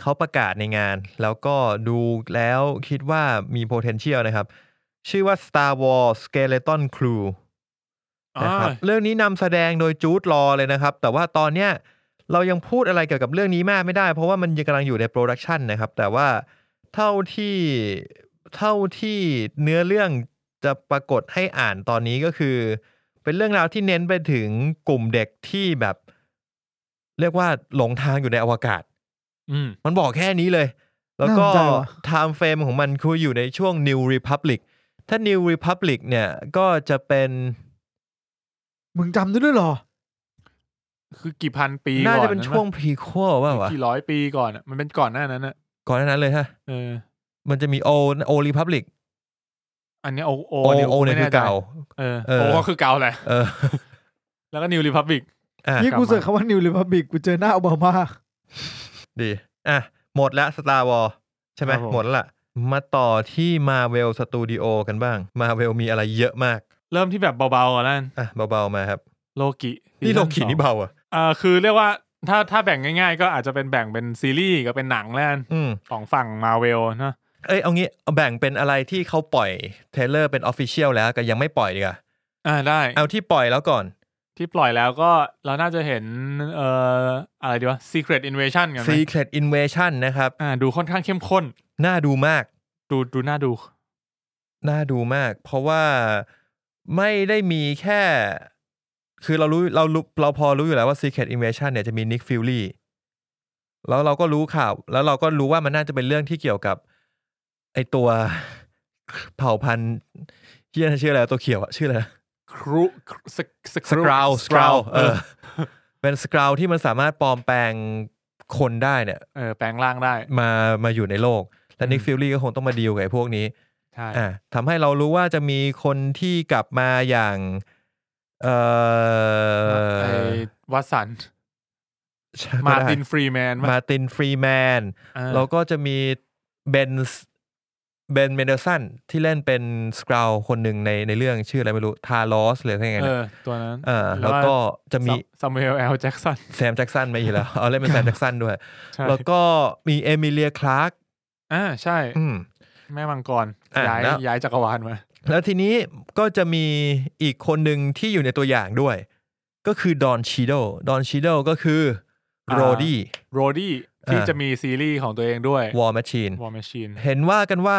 S1: เขาประกาศในงาน แล้วก็ดูแล้วคิดว่ามี potential นะครับ ชื่อว่า Star Wars Skeleton Crew
S2: อ๋อ
S1: นะครับเรื่องนี้นำแสดงโดยจูดลอเลยนะครับ แต่ว่าตอนเนี้ยเรายังพูดอะไรเกี่ยวกับเรื่องนี้มากไม่ได้ เพราะว่ามันยังกำลังอยู่ในโปรดักชันนะครับ แต่ว่าเท่าที่เท่าที่เนื้อเรื่องจะปรากฏให้อ่านตอนนี้ก็คือ เป็นเรื่องราวที่เน้นไปถึงกลุ่มเด็กที่แบบ เรียกว่าหลงทางอยู่ในอวกาศ
S2: อืม
S1: มันบอกแค่นี้เลย แล้วก็
S3: าสนใจว่ะ
S1: ไทม์เฟรมของมันคืออยู่ในช่วง New Republic ถ้า New Republic เนี่ยก็จะเป็น
S3: มึงจำได้ด้วยเหรอ
S2: คือกี่พันปีก่อน
S1: น่าจะเป็นช่วงพรีค u วล
S2: ห
S1: ป่า
S2: รือ
S1: วะ
S2: กี่ร้อยปีก่อนอะมันเป็นก่อนหน้านั้นอะ
S1: ก่อนหน้านั้นเลยฮะ
S2: เออ
S1: มันจะมีโอโอรีพับลิก
S2: อันเนี้ยโอโอ
S1: โอ
S2: ดี๋ว
S1: โอเนี่ย
S2: ไม่
S1: คือ
S2: แใจ
S1: เก่า
S2: เออ
S1: เออ
S2: โอก็คือเก่าแหละ
S1: เออ
S2: แล้วก็นิวรีพับบิก
S1: อ่ะ
S3: นี่กู
S2: กลับมา
S3: เสิร์ชคำว่านิว r ร p u b บ i c กูเจอหน้าอบามา
S1: ดี อ่ะ หมดละสตาร์วอลใช่ไหม
S2: ครับผม
S1: หมดละ มาต่อที่มาเวลสตูดิโอกันบ้าง มาเวลมีอะไรเยอะมาก
S2: เริ่มที่แบบเบาๆก่อนแล้วกัน
S1: อ่ะ เบา ๆ มาครับ
S2: โลกิ
S1: นี่โลกิ
S2: ซีซั่สอง
S1: นี่เบาอ่ะ
S2: อ่าคือเรียกว่า ถ้าถ้าแบ่งง่ายๆ ก็อาจจะเป็นแบ่งเป็นซีรีส์กับเป็นหนังแล้วกัน
S1: อืม
S2: ของฝั่งมาเวลนะ
S1: เอ้ยเอางี้เอาแบ่งเป็นอะไรที่เขาปล่อยเทรลเลอร์เป็นออฟฟิเชียลแล้วก็ยังไม่ปล่อยดีกว่า
S2: อ่าได้
S1: เอาที่ปล่อยแล้วก่อน
S2: ที่ปล่อยแล้วก็เราน่าจะเห็นเอ่ออะไรดีวะ Secret Invasion กันไหม
S1: Secret Invasion นะครับ
S2: อ่า ดูค่อนข้างเข้มข้น
S1: น่าดูมาก
S2: ดูดูน่าดู
S1: น่าดูมาก เพราะว่าไม่ได้มีแค่ คือเรารู้เรารู้เราพอรู้อยู่แล้วว่า Secret Invasion เนี่ยจะมี Nick Fury แล้วเราก็รู้ข่าว แล้วเราก็รู้ว่ามันน่าจะเป็นเรื่องที่เกี่ยวกับ ไอตัว เผ่าพันธุ์เหียชื่ออะไรตัวเขียวอะชื่ออะไรนะ
S2: ครูสส
S1: สกราวสกราวเออ เป็นสกราวที่มันสามารถปลอมแปลงคนได้เนี่ย
S2: เออแปลงร่างได้
S1: มามาอยู่ในโลก และ
S2: อืม
S1: นิกฟิลลี่ก็คงต้องมาดีลกับไอ้พวกนี้
S2: ใช่
S1: อ่าทำให้เรารู้ว่าจะมีคนที่กลับมาอย่าง เอ่
S2: ไอ้
S1: อ
S2: วัตสัน
S1: ใช่
S2: มา
S1: ไม่ได้
S2: ตินฟรีแมน
S1: มาร์ตินฟรีแมน แล้วก็จะมีเบนเบนเมนเดอร์สันที่เล่นเป็นสกราวคนหนึ่งในในเรื่องชื่ออะไรไม่รู้ทาลอสหรือยังไง
S2: เอ
S1: เนี่ย
S2: อ ตัวนั้น
S1: เออแล้วก็จะมี
S2: ซามูเอลแอลแจ็กสัน
S1: แซมแจ็กสันมาอีกแล้ว เอาเล่นเป็นแซมแจ็กสันด้วย
S2: ใช่
S1: แล้วก็มีเอมิเลียคลาร์ก
S2: อ่าใช่
S1: อืม
S2: แม่มังกร
S1: อ่ะ
S2: ย้าย
S1: แล้ว
S2: ย้ายจักรวาลมา
S1: แล้วทีนี้ก็จะมีอีกคนหนึ่งที่อยู่ในตัวอย่างด้วย ก็คือดอนชีโดดอนชีโดก็คือ
S2: อ่า
S1: โรดี้
S2: โรดี้ที่
S1: อ่า
S2: จะมีซีรีส์ของตัวเองด้วย
S1: วอลแมชชีน
S2: วอร์มชิน
S1: เห็นว่ากันว่า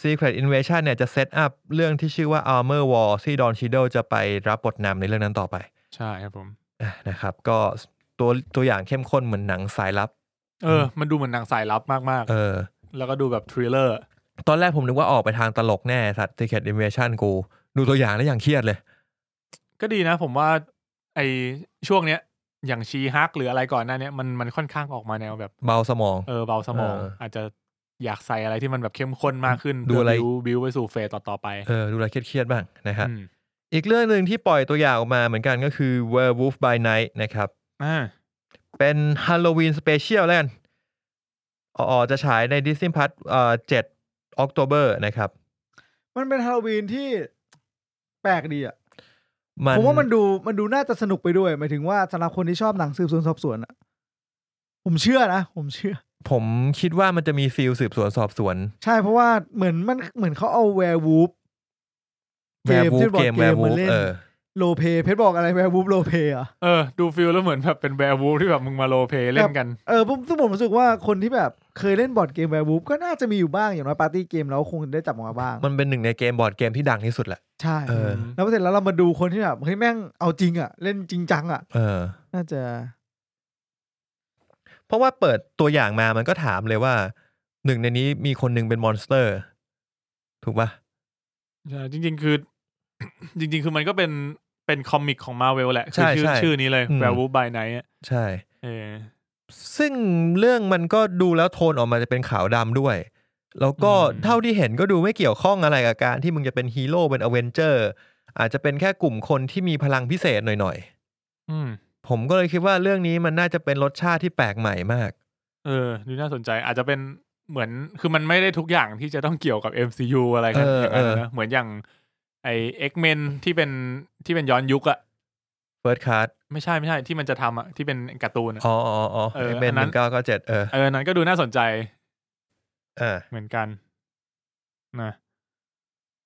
S1: Secret Invasion เนี่ยจะเซตอัพเรื่องที่ชื่อว่า Armor War ที่ดอนชีโดจะไปรับบทนำในเรื่องนั้นต่อไป
S2: ใช่ครับผม
S1: อ่ะนะครับ ก็ตัวตัวอย่างเข้มข้นเหมือนหนังสายลับ
S2: เออ มันดูเหมือนหนังสายลับมาก
S1: เออ
S2: ๆ แล้วก็ดูแบบทริลเลอร์
S1: ตอนแรกผมนึกว่าออกไปทางตลกแน่สัตว์ Secret Invasion กู ดูตัวอย่างแล้วอย่างเครียดเลย
S2: ก็ดีนะผมว่าไอช่วงเนี้ย อย่างชีฮักหรืออะไรก่อนหน้าเนี้ยมันมันค่อนข้างออกมาแนวแบบ
S1: เบาสมอง
S2: เออเบาสมอง
S1: เอออ
S2: อาจจะอยากใส่อะไรที่มันแบบเข้มข้นมากขึ้น
S1: ดูอะไร
S2: เพื่บิวบิวไปสู่เฟสต่อๆไป
S1: เออ ดูแลวเครียดๆบ้างนะครับ
S2: อืม
S1: อีกเรื่องหนึ่งที่ปล่อยตัวอย่างออกมาเหมือนกันก็คือ Werewolf by Night นะครับ
S2: อ่า
S1: เป็นฮาโลวีนสเปเชียลแล้วกันอ๋อจะฉายใน Disney Plus เอ่อ7ออก o b e r นะครับ
S3: มันเป็นฮาโลวีนที่แปลกดีอ่ะ
S1: มัน
S3: ผมว่ามันดูมันดูน่าจะสนุกไปด้วยหมายถึงว่าสำหรับคนที่ชอบหนังสืบสวนสอบสวนอ่ะผมเชื่อนะผมเชื่อ
S1: ผมคิดว่ามันจะมีฟิลสืบสวนสอบสวน
S3: ใช่เพราะว่าเหมือนมันเหมือนเขาเอาแวร์วูฟ เกม
S1: Werewolf
S3: ที่บอก
S1: เกม
S3: เกมมา
S1: Werewolf
S3: เล่น
S1: เออ
S3: โลเปเพชรบอกอะไรแวร์วูฟโลเปอ่ะ
S2: เออ ดูฟิลแล้วเหมือนแบบเป็นแวร์วูฟที่แบบมึงมาโรลเพลย์เล่นกัน
S3: เออผมซึ่งผมรู้สึกว่าคนที่แบบเคยเล่นบอร์ดเกมแวร์วูฟก็น่าจะมีอยู่บ้างอย่างน้อยปาร์ตี้เกมเราคงได้จับออกมาบ้าง
S1: มันเป็นหนึ่งในเกมบอร์ดเกมที่ดังที่สุดแหละ
S3: ใช่
S1: เออ
S3: แล้วพอเสร็จแล้วเรามาดูคนที่แบบเฮ้ยแม่งเอาจริงอ่ะ เล่นจริงจังอ่ะ
S1: เออ
S3: น่าจะ
S1: เพราะว่าเปิดตัวอย่างมามันก็ถามเลยว่า หนึ่งในนี้มีคนหนึ่งเป็นมอนสเตอร์ ถูกปะ
S2: ใช่จริง ๆ คือ จริง ๆ คือมันก็เป็นเป็นคอมิกของมาเวลแหละคื
S1: ใช่
S2: อชื่อ
S1: ใช่
S2: ชื่อนี้เลย
S1: อืม
S2: แวร์วูฟบายไนท์
S1: ใช่
S2: เออ
S1: ซึ่งเรื่องมันก็ดูแล้วโทนออกมาจะเป็นขาวดำด้วย แล้วก็
S2: อืม
S1: เท่าที่เห็นก็ดูไม่เกี่ยวข้องอะไรกับการที่มึงจะเป็นฮีโร่เป็นอเวนเจอร์อาจจะเป็นแค่กลุ่มคนที่มีพลังพิเศษหน่อย
S2: อืม
S1: ๆ ผมก็เลยคิดว่าเรื่องนี้มันน่าจะเป็นรสชาติที่แปลกใหม่มาก
S2: เออดูน่าสนใจอาจจะเป็นเหมือนคือมันไม่ได้ทุกอย่างที่จะต้องเกี่ยวกับ MCU อะไรกัน
S1: เออ
S2: อย่างนั้น
S1: เอ
S2: นะ
S1: อ
S2: เหมือนอย่างไอเอ็กเมนที่เป็นที่เป็นย้อนยุคอะ
S1: เฟิร์สคาร์ด
S2: ไม่ใช่ไม่ใช่ที่มันจะทำอะที่เป็นการ์ตูนอะ
S1: อ๋ออ๋ออ๋อ
S2: เออ
S1: เป็น
S2: อัน
S1: ห
S2: นั้
S1: นึ่
S2: น
S1: งเก้าก็เจ็ดเออ
S2: เออนั้นก็ดูน่าสนใจ
S1: อ่า
S2: เหมือนกันนะ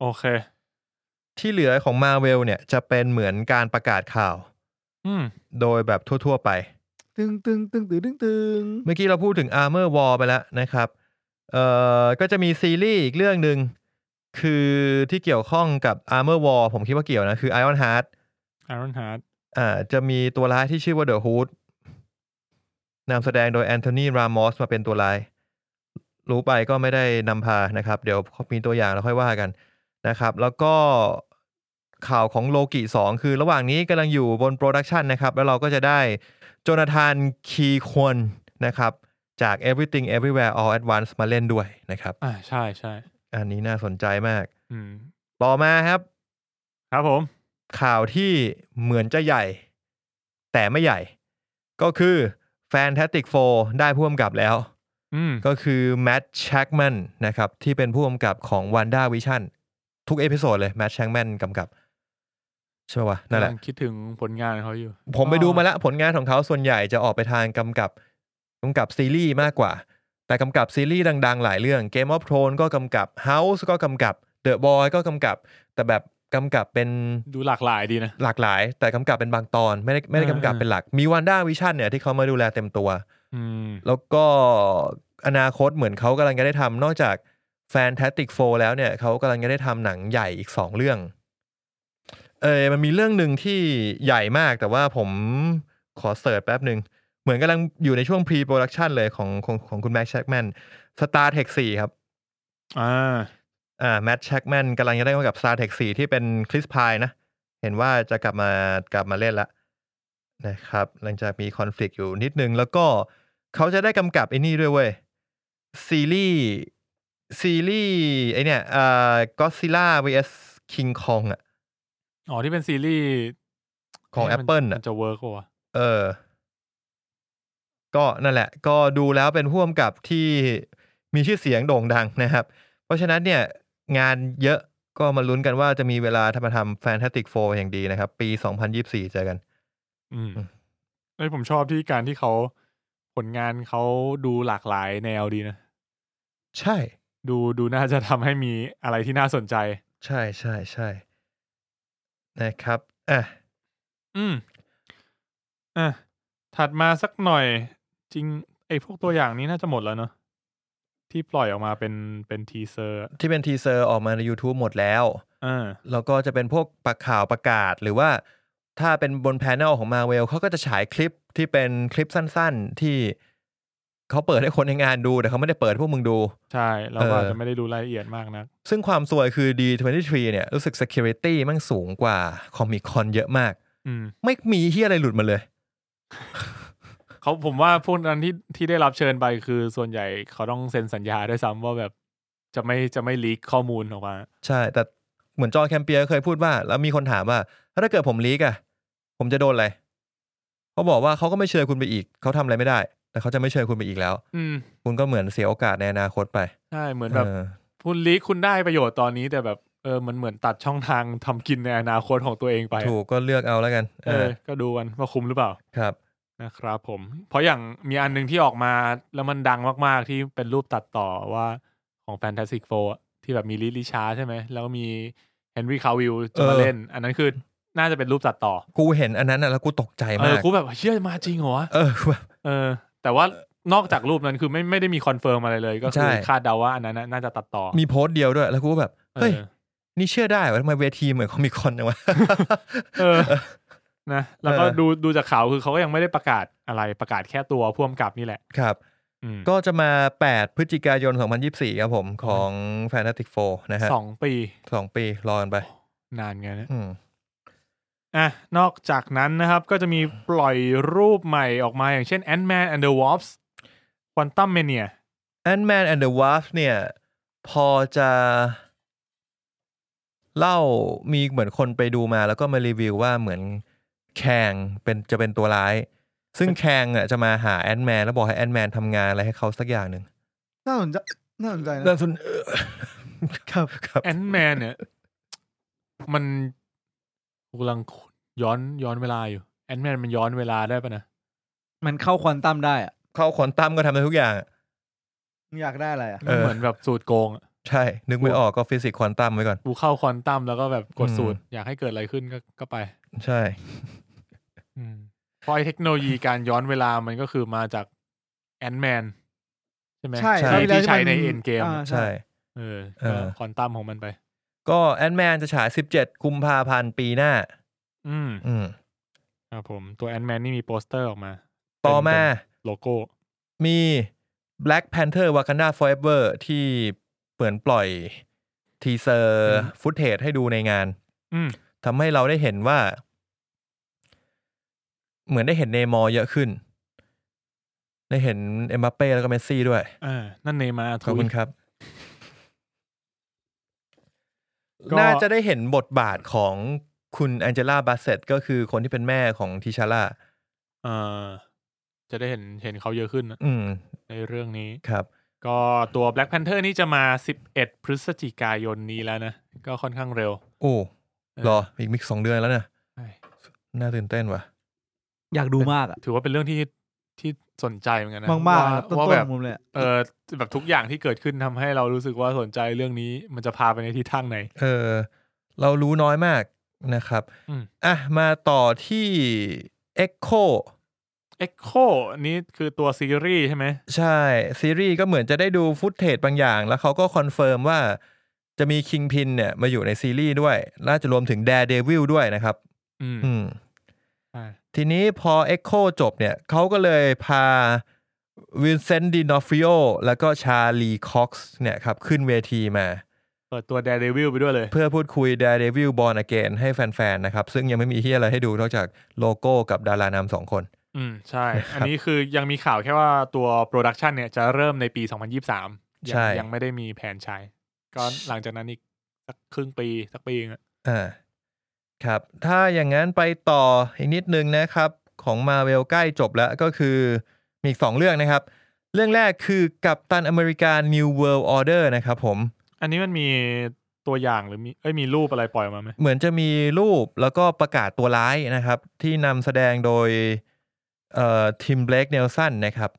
S2: โอเค
S1: ที่เหลือของมาเวลเนี่ยจะเป็นเหมือนการประกาศข่าว
S2: อืม
S1: โดยแบบทั่วๆไป
S3: ตึงตึงตึงตึงตึงตึง
S1: เมื่อกี้เราพูดถึง Armor War ไปแล้วนะครับ เอ่อ ก็จะมีซีรีส์อีกเรื่องหนึ่งคือที่เกี่ยวข้องกับ Armor War ผมคิดว่าเกี่ยวนะ คือ Iron Heart
S2: Iron Heart
S1: อ่าจะมีตัวร้ายที่ชื่อว่า The Hood นำแสดงโดยแอนโทนีรามอสมาเป็นตัวร้าย รู้ไปก็ไม่ได้นำพานะครับ เดี๋ยวมีตัวอย่างแล้วค่อยว่ากันนะครับ แล้วก็ข่าวของโลกิ2 คือระหว่างนี้กำลังอยู่บนโปรดักชันนะครับ แล้วเราก็จะได้โจนาธานคีควนนะครับ จาก Everything Everywhere All at Once มาเล่นด้วยนะครับ
S2: อ่าใช่ใช่
S1: อันนี้น่าสนใจมาก
S2: อืม
S1: ต่อมาครับ
S2: ครับผม
S1: ข่าวที่เหมือนจะใหญ่ แต่ไม่ใหญ่ ก็คือ Fantastic Four ได้ผู้กำกับแล้ว
S2: อืม
S1: ก็คือ Matt Shackman นะครับ ที่เป็นผู้กำกับของ Wanda Vision ทุกเอพิโซดเลย Matt Shackman กำกับ ใช่ไหมวะนั่นแหละ
S2: กำงคิดถึงผลงานของเขาอยู่
S1: ผมไปดูมาแล้วผลงานของเขาส่วนใหญ่จะออกไปทางกำกับกำกับซีรีส์มากกว่า แต่กำกับซีรีส์ดังๆ หลายเรื่อง Game of Thrones ก็กำกับ House ก็กำกับ The Boy ก็กำกับ แต่แบบกำกับเป็น
S2: ดูหลากหลายดีนะ
S1: หลากหลาย แต่กำกับเป็นบางตอน ไม่ได้ไม่ได้กำกับเป็นหลัก มีวันด้าวิชั่นเนี่ยที่เขามาดูแลเต็มตัว
S2: อืม
S1: แล้วก็อนาคตเหมือนเขากำลังจะได้ทำนอกจาก Fantastic Four แล้วเนี่ยเขากำลังจะได้ทำหนังใหญ่อีกสองเรื่อง เออมันมีเรื่องหนึ่งที่ใหญ่มากแต่ว่าผมขอเสิร์ชแป๊บหนึ่งเหมือนกำลังอยู่ในช่วง pre-production เลยของของของคุณแม็กแช็กแมน Star Trek 4 ครับ
S2: อ่า
S1: อ่าแมทแช็กแมนกำลังจะได้กำกับ Star Trek 4 ที่เป็นคริสพายนะ เห็นว่าจะกลับมากลับมาเล่นละนะครับ หลังจากมีคอน FLICT อยู่นิดนึง แล้วก็เขาจะได้กำกับไอ้นี่ด้วยเว้ย ซีรีส์ ซีรีส์ไอเนี่ยเอ่อก็ซิล่า vs King Kong อ่ะ
S2: อ๋อที่เป็นซีรีส์
S1: ของ
S2: เะมัน
S1: Apple อ่ะ
S2: มันจะเวิร์กว่ะ
S1: เออ ก็นั่นแหละ ก็ดูแล้วเป็นพ่วมกับที่มีชื่อเสียงโด่งดัง นะครับ เพราะฉะนั้นเนี่ย งานเยอะก็มาลุ้นกันว่าจะมีเวลาทำมาทำ Fantastic Four อย่างดีนะครับ ปี 2024 เจอกัน
S2: อืม
S1: อืม
S2: เอ้ยผมชอบที่การที่เขาผลงานเขาดูหลากหลายแนวดีนะ
S1: ใช่
S2: ดูดูน่าจะทำให้มีอะไรที่น่าสนใจ
S1: ใช่ใช่ใช่นะครับอ่ะ
S2: อืมอ่ะถัดมาสักหน่อย จริง ไอ้พวกตัวอย่างนี้น่าจะหมดแล้วเนอะที่ปล่อยออกมาเป็นเป็นทีเซอร์
S1: ที่เป็นทีเซอร์ออกมาใน YouTube หมดแล้ว
S2: อ่า
S1: แล้วก็จะเป็นพวกประข่าวประกาศ หรือว่าถ้าเป็นบนแพนเนลของมาเวลเขาก็จะฉายคลิปที่เป็นคลิปสั้นๆ ที่เขาเปิดให้คนในงานดู แต่เขาไม่ได้เปิดให้พวกมึงดู
S2: ใช่เราก็
S1: เออ
S2: อาจจะไม่ได้ดูรายละเอียดมากนะ
S1: ซึ่งความสวยคือ D23 เนี่ย รู้สึก Security มั่งสูงกว่าคอมิคอนเยอะมาก
S2: อืม
S1: ไม่มีเฮียอะไรหลุดมาเลย
S2: เขาผมว่าพวกนั้นที่ที่ได้รับเชิญไปคือส่วนใหญ่เขาต้องเซ็นสัญญาด้วยซ้ำว่าแบบจะไม่จะไม่ลีกข้อมูลออกมา
S1: ใช่ แต่เหมือนจอห์นแคมเปียร์เคยพูดว่า แล้วมีคนถามว่า ถ้าเกิดผมลีกอะผมจะโดนอะไรเขาบอกว่าเขาก็ไม่เชิญคุณไปอีก เขาทำอะไรไม่ได้ แต่เขาจะไม่เชิญคุณไปอีกแล้ว
S2: อืม
S1: คุณก็เหมือนเสียโอกาสในอนาคตไป
S2: ใช่เหมือนแบบ
S1: เออ
S2: คุณลีกคุณได้ประโยชน์ตอนนี้ แต่แบบเออมันเหมือนตัดช่องทางทำกินในอนาคตของตัวเองไป
S1: ถูกก็เลือกเอาแล้วกัน
S2: เออ ก็ดูกันว่าคุ้มหรือเปล่า
S1: ครับ
S2: นะครับผม เพราะอย่างมีอันหนึ่งที่ออกมาแล้วมันดังมาก ๆ ที่เป็นรูปตัดต่อว่าของ Fantastic Four อะที่แบบมีลิลิชาร์ดใช่ไหมแล้วก็มีเฮนรี่คาวิลจะมา
S1: เออ
S2: เล่น อันนั้นคือน่าจะเป็นรูปตัดต่อ
S1: กูเห็นอันนั้นนะแล้วกูตกใจ
S2: เอ
S1: มาก
S2: อกูแบบเชื่อมาจริงเหรอวะ
S1: เอ อกูแบบ
S2: เออแต่ว่านอกจากรูปนั้นคือไม่ไม่ได้มีคอนเฟิร์มอะไรเลย ก็คือ
S1: ใช่
S2: คาดเดาว่าอันนั้นน่ะน่าจะตัดต่อ
S1: มีโพสต์เดียวด้วย แล้วกูก็แบบ
S2: เอ
S1: เฮ้ย
S2: อ
S1: นี่เชื่อได้วะทำไมเวทีเหมือนคอมิคอนจัง วะ
S2: เออนะแล้วก็
S1: เออ
S2: ดูดูจากข่าวคือเขาก็ยังไม่ได้ประกาศอะไรประกาศแค่ตัวพ่วมกับนี่แหละ
S1: ครับ
S2: อืม
S1: ก็จะมา 8 พฤศจิกายน 2024 ครับผมของ Fantastic Four นะฮะ
S2: สองปี
S1: สองปี รอกันไป
S2: นานไงนะ
S1: อืม
S2: อ่ะนอกจากนั้นนะครับก็จะมีปล่อยรูปใหม่ออกมาอย่างเช่น Ant-Man and the Wasp Quantum Mania
S1: แอนด์แมนแอนด์เดอะวาฟเนี่ย พอจะเล่ามีเหมือนคนไปดูมา แล้วก็มารีวิวว่าเหมือนแคงเป็นจะเป็นตัวร้าย ซึ่งแคงอ่ะจะมาหาแอนด์แมนแล้วบอกให้แอนด์แมนทำงานอะไรให้เขาสักอย่างหนึ่ง
S3: น่าสนใจน่าสนใจนะ
S1: น่าสน
S3: ครับ
S1: ครับ
S2: Ant-Man เนี่ยมันกูกำลังย้อนย้อนเวลาอยู่ Ant-Man มันย้อนเวลาได้ปะนะ
S3: มันเข้าควอนตัมได้อะ
S1: เข้าขนตั้มก็ทำได้ทุกอย่างอะ
S3: มึงอยากได้อะไรอ่ะ
S1: เออ
S2: เหมือนแบบสูตรโกงอะ
S1: ใช่ นึกไม่ออกก็ฟิสิกส์ควอนตัมไว้ก่อน
S2: กูเข้าควอนตัมแล้วก็แบบกดสูตร
S1: อืม
S2: อยากให้เกิดอะไรขึ้นก็ก็ไป
S1: ใช่
S2: เพราะไอ้เทคโนโลยีการย้อนเวลามันก็คือมาจากแอนแมนใช่ไหม
S1: ใช่
S3: คราวแล้ว
S2: ที่ใช้ใน
S3: มั
S2: เอ็นเกม
S3: อ่า
S1: ใช่
S2: เออ
S1: เออ
S2: ควอนตัมของมันไป
S1: ก็แอนแมนจะฉาย 17 กุมภาพันธ์ปีหน้า
S2: อืม
S1: อืม
S2: ครับผมตัวแอนแมนนี่มีโปสเตอร์ออกมา
S1: ต่อมา
S2: โลโก้
S1: มี Black Panther Wakanda Forever ที่เปิดปล่อยทีเซอ
S2: อื
S1: ร์
S2: ม
S1: ฟุตเทจให้ดูในงาน
S2: อืม
S1: ทำให้เราได้เห็นว่า เหมือนได้เห็นเนมอร์เยอะขึ้น ได้เห็นเอ็มบัปเป้แล้วก็เมสซี่ด้วย
S2: อ่านั่นเนมา
S1: ขอบ
S2: ทุ
S1: คุ
S2: ย
S1: ณครับ
S2: ก็
S1: น่าจะได้เห็นบทบาทของคุณแองเจล่าบาเซตก็คือคนที่เป็นแม่ของทิชาร่า
S2: เออจะได้เห็นเห็นเขาเยอะขึ้นนะ
S1: อืม
S2: ในเรื่องนี้
S1: ครับ
S2: ก็ตัว Black Panther นี่จะมา 11 พฤศจิกายนนี้แล้วนะ ก็ค่อนข้างเร็ว
S1: โอ้ รอ อีกไมิกสองเดือนแล้วนะ น่าตื่นเต้นว่ะ
S3: อยากดูมากอะ
S2: ถือว่าเป็นเรื่องที่ที่สนใจเหมือนกันนะ
S3: มากมาก
S2: ว่
S3: ต้
S2: ว่าน แบบ
S3: ๆมุมเลยอะ
S2: เออแบบทุกอย่างที่เกิดขึ้นทำให้เรารู้สึกว่าสนใจเรื่องนี้มันจะพาไปในทิศทางไหน
S1: เออเรารู้น้อยมากนะครับ
S2: อืม
S1: อ่ะมาต่อที่ Echo
S2: Echo อันนี้คือตัวซีรีส์ใช่ไหม
S1: ใช่ ซีรีส์ก็เหมือนจะได้ดูฟุตเทจบางอย่าง แล้วเขาก็คอนเฟิร์มว่าจะมีคิงพินเนี่ยมาอยู่ในซีรีส์ด้วย น่าจะรวมถึงแดร์เดวิลด้วยนะครับ
S2: อืม
S1: อืม
S2: อ่า
S1: ทีนี้พอ Echo จบเนี่ยเขาก็เลยพาวินเซนต์ดินอฟริโอแล้วก็ชาลีคอกซ์เนี่ยครับ ขึ้นเวทีมา
S2: เปิดตัว Daredevil ไปด้วยเลย
S1: เพื่อพูดคุย Daredevil Born Again ให้แฟน ๆ นะครับ ซึ่งยังไม่มีที่อะไรให้ดูนอกจากโลโก้กับดารานำสองคน
S2: อืม ใช่
S1: นะครับ
S2: อันนี้คือยังมีข่าวแค่ว่าตัวโปรดักชันเนี่ยจะเริ่มในปี 2023ยั
S1: ใช่
S2: ยังไม่ได้มีแผนใช้ก็หลังจากนั้นอีกสักครึ่งปี สักปีนึงอะ
S1: อ่าครับ ถ้าอย่างนั้นไปต่ออีกนิดนึงนะครับ ของมาเวลใกล้จบแล้วก็คือมีอีกสองเรื่องนะครับ เรื่องแรกคือกัปตันอเมริกา New World Order นะครับผม
S2: อันนี้มันมีตัวอย่างหรือมีเอ้ยมีรูปอะไรปล่อยออกมาไหม
S1: เหมือนจะมีรูปแล้วก็ประกาศตัวร้ายนะครับ ที่นำแสดงโดยเอ่อทิมเบลกเนลสันนะครับ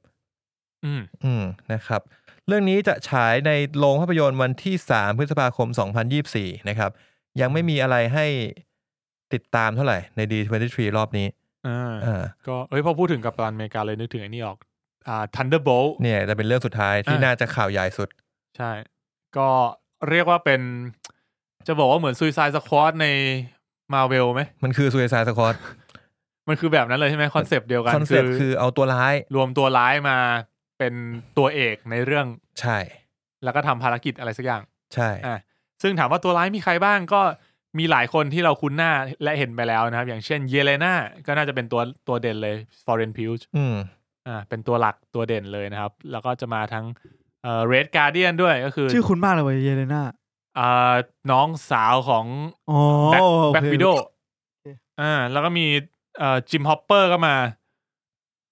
S2: อืม
S1: อืมนะครับ เรื่องนี้จะฉายในโรงภาพยนตร์วันที่ 3 พฤษภาคม 2024 นะครับ ยังไม่มีอะไรให้ติดตามเท่าไหร่ใน D23 รอบนี้
S2: อ่า
S1: อ่า
S2: ก็เอ้ยพอพูดถึงกัปตันอเมริกาเลยนึกถึงไอ้นี่ออก อ่า Thunderbolt
S1: เนี่ยจะเป็นเรื่องสุดท้ายที่
S2: อ่ะ
S1: น่าจะข่าวใหญ่สุด
S2: ใช่ ก็เรียกว่าเป็น จะบอกว่าเหมือน Suicide Squad ในมาเวลไหม
S1: มันคือ Suicide Squad
S2: มันคือแบบนั้นเลยใช่ไหมคอนเซปต์เดียวกัน
S1: คอนเซปต์คือเอาตัวร้าย
S2: รวมตัวร้ายมาเป็นตัวเอกในเรื่อง
S1: ใช่
S2: แล้วก็ทำภารกิจอะไรสักอย่าง
S1: ใช่
S2: อ่ะ ซึ่งถามว่าตัวร้ายมีใครบ้างก็มีหลายคนที่เราคุ้นหน้าและเห็นไปแล้วนะครับ อย่างเช่นเยเลนาก็น่าจะเป็นตัวตัวเด่นเลย Foreign p u g e
S1: อืม
S2: อ่าเป็นตัวหลักตัวเด่นเลยนะครับ แล้วก็จะมาทั้งเอ่อ Red Guardian ด้วยก็คือ
S3: ชื่อคุณมากเลยเว้ยเยเลนา
S2: อ่าน้องสาวของ
S3: อ๋อ
S2: Black-
S3: โอเค
S2: Black Widow
S3: เค
S2: อ่าแล้วก็มีเอ่อจิมฮอปเปอร์ก็มา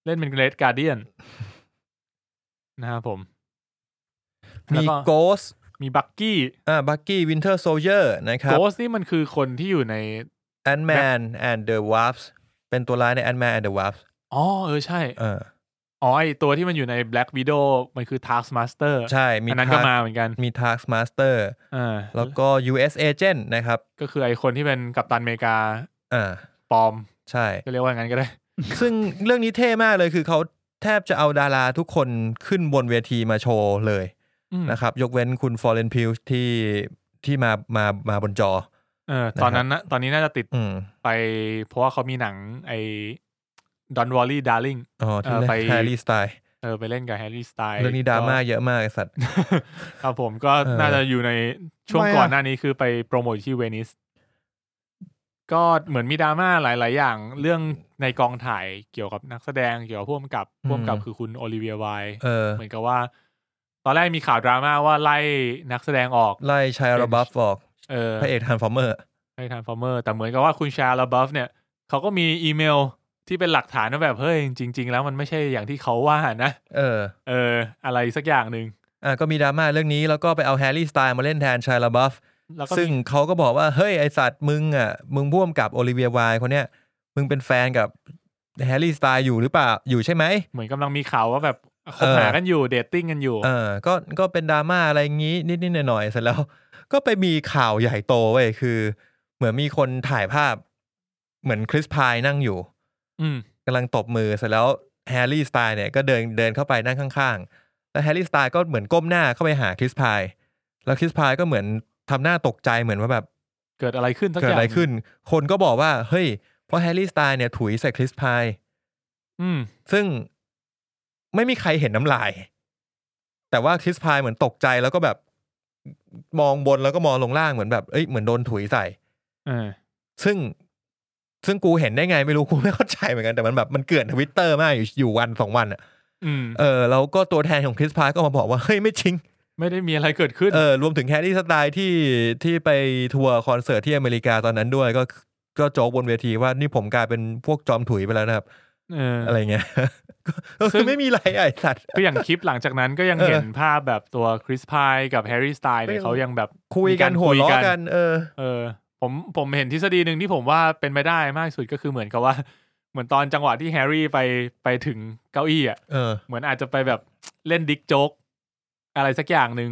S2: เล่นเป็น Red Guardian นะครับผม แล้ว
S1: มี
S2: ก็
S1: Ghost
S2: มีบักกี้
S1: อ่าบักกี้วินเทอร์โซเยอร์นะครั
S2: โก
S1: บ
S2: สนี่มันคือคนที่อยู่ใน
S1: Ant Man and the Wasp เป็นตัวร้ายใน Ant Man and the Wasp
S2: อ๋อเออใช่
S1: เออ
S2: อ๋อไอตัวที่มันอยู่ใน Black Widow มันคือ Taskmaster
S1: ใช่มี
S2: อันนั้นก็มาเหมือนกัน
S1: มี Task Master
S2: อ่า
S1: แล้วก็ US Agent นะครับ
S2: ก็คือไอคนที่เป็นกัปตันอเมริกา
S1: อ่า
S2: ปลอม
S1: ใช่
S2: ก็เรียกว่างั้นก็ได้
S1: ซึ่งเรื่องนี้เท่มากเลยคือเขาแทบจะเอาดาราทุกคนขึ้นบนเวทีมาโชว์เลย
S2: นะ
S1: นะครับ ยกเว้นคุณฟอร์เรนพิวที่ที่มามามาบนจอ
S2: เออ
S1: นะครับ
S2: ตอนนั้นนะตอนนี้น่าจะติด
S1: อืม
S2: ไป เพราะว่าเขามีหนังไอ้ Don't Worry Darling
S1: อ๋อที่
S2: เออ
S1: เล่น
S2: ไป
S1: แฮร์รี่สไตล์
S2: เออไปเล่นกับแฮร์รี่สไตล์
S1: เรื่องนี้ดราม่าเยอะมากไอ้สัตว์
S2: ครับผมก็
S1: เออ
S2: น่าจะอยู่ในช่วง
S3: ทำไมอะ
S2: ก่อนหน้านี้คือไปโปรโมทที่เวนิส ก็เหมือนมีดราม่าหลาย ๆ อย่างเรื่องในกองถ่ายเกี่ยวกับนักแสดงเกี่ยวกับพ่วงกับพ่วงกับคือคุณโอลิเวียไว
S1: เอ อ
S2: เหมือนกับว่า ตอนแรกมีข่าวดราม่าว่าไล่นักแสดงออก
S1: ไล่ชายระบัฟออก
S2: เออ
S1: พระเอกทันฟอร์เมอร์
S2: ไล่ทานฟอร์เมอร์แต่เหมือนกับว่าคุณชาลาบัฟเนี่ยเขาก็มีอีเมลที่เป็นหลักฐานว่าแบบเฮ้ยจริง ๆ แล้วมันไม่ใช่อย่างที่เขาว่านะ
S1: เออ
S2: เออ อะไรสักอย่างหนึ่ง
S1: อ่ะก็มีดราม่าเรื่องนี้แล้วก็ไปเอาแฮร์รี่สไตล์มาเล่นแทนชายระบัฟ
S2: แล้วก็
S1: ซึ่ง
S2: มี
S1: เขาก็บอกว่า เฮ้ย ไอสัตว์มึงอ่ะ มึงพ่วมกับโอลิเวียวายคนเนี้ย มึงเป็นแฟนกับแฮร์รี่สไตล์อยู่หรือเปล่า อยู่ใช่ไหม
S2: เหมือนกำลังมีข่าวว่าแบบค
S1: เอบ อ
S2: หากันอยู่เดทติ้งกันอยู่
S1: เออก็ก็เป็นดราม่าอะไรงี้ นิด ๆ หน่อย ๆ เสร็จแล้ว ก็ไปมีข่าวใหญ่โตเว้ยคือ เหมือนมีคนถ่ายภาพ เหมือนคริสพายนั่งอยู่
S2: อืม
S1: กำลังตบมือเสร็จแล้วแฮร์รี่สไตล์เนี่ยก็เดินเดินเข้าไปนั่งข้าง ๆ แล้วแฮร์รี่สไตล์ก็เหมือนก้มหน้าเข้าไปหาคริสพายแล้วคริสพายก็เหมือนทำหน้าตกใจเหมือนว่าแบบ
S2: เกิดอะไรขึ้นสักอ
S1: เกิด
S2: ย่าง
S1: อะไรขึ้น คนก็บอกว่า เฮ้ย เพราะแฮร์รี่สไตล์เนี่ยถุยใส่คริสพาย
S2: อืม
S1: ซึ่งไม่มีใครเห็นน้ำลาย แต่ว่าคริสพายเหมือนตกใจแล้วก็แบบมองบนแล้วก็มองลงล่างเหมือนแบบ เอ้ย เหมือนโดนถุยใส่
S2: เออ
S1: ซึ่งซึ่งกูเห็นได้ไงไม่รู้ กูไม่เข้าใจเหมือนกัน แต่มันแบบมันเกลื่อนทวิตเตอร์มากอยู่อยู่วันสองวันอะ
S2: อืม
S1: เออแล้วก็ตัวแทนของคริสพายก็มาบอกว่า เฮ้ย ไม่จริง
S2: ไม่ได้มีอะไรเกิดขึ้น
S1: เออรวมถึงแฮร์รี่สไตล์ที่ที่ไปทัวร์คอนเสิร์ตที่อเมริกาตอนนั้นด้วยก็ก็โจกบนเวทีว่านี่ผมกลายเป็นพวกจอมถุยไปแล้วนะครับ
S2: เออ
S1: อะไรเงี้ย ก็ก็
S2: ซึ่
S1: คือง ไม่มีอะไรไอ้สัตว์
S2: ก็อย่างคลิปหลังจากนั้นก็ยัง
S1: เออ
S2: เห็นภาพแบบตัวคริสพายกับแฮร์รี่สไตล์เนี่ย
S1: ก็ยัง
S2: เขายังแบบ
S1: คุยกัน
S2: มีาร
S1: หัวล้อ
S2: คุย
S1: กัน เออ
S2: เออ ผมผมเห็นทฤษฎีหนึ่งที่ผมว่าเป็นไปได้มากที่สุดก็คือเหมือนกับว่า เหมือนตอนจังหวะที่แฮร์รี่ไปไปถึงเก้าอี้อ่ะ
S1: เออ
S2: เหมือนอาจจะไปแบบเล่นดิกโจ๊กอะไรสักอย่างหนึ่ง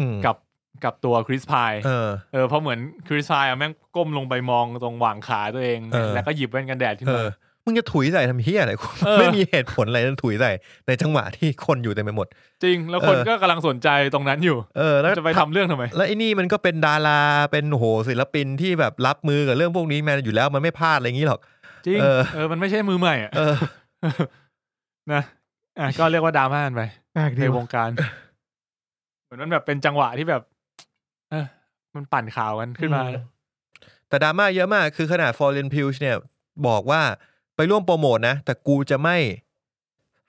S1: อืม
S2: กับกับตัวคริสพาย
S1: เออ
S2: เออเพราะเหมือนคริสพายอะแม่งก้มลงไปมองตรงหว่างขาตัวเอง
S1: เออ
S2: แล้วก็หยิบแว่นกันแดดขึ้น
S1: เอ
S2: มา
S1: อมึงจะถุยใส่ทำเฮียอะไรกู
S2: เออ
S1: ไม่มีเหตุผลอะไรจะถุยใส่ในจังหวะที่คนอยู่เต็มไปหมด
S2: จริง แล้วคน
S1: เออ
S2: ก็กำลังสนใจตรงนั้นอยู่
S1: เออ แล้ว
S2: จะไปทำเรื่องทำไม
S1: แล้วไอ้นี่มันก็เป็นดาราเป็นโหศิลปินที่แบบรับมือกับเรื่องพวกนี้มาอยู่แล้วมันไม่พลาดอะไรอย่างนี้หรอก
S2: จริง
S1: เออ
S2: เออมันไม่ใช่มือใหม่อ่ะ
S1: เออ
S2: นะอ่ะก็เรียกว่าดราม่ากันไป
S3: แปลกดี
S2: ในว
S3: ว่ะ
S2: งการ เหมือนมันแบบเป็นจังหวะที่แบบ เออมันปั่นข่าวกันขึ้นมา
S1: อืแต่ดราม่าเยอะมาก คือขนาด Foreign p u i l เนี่ย บอกว่าไปร่วมโปรโมทนะ แต่กูจะไม่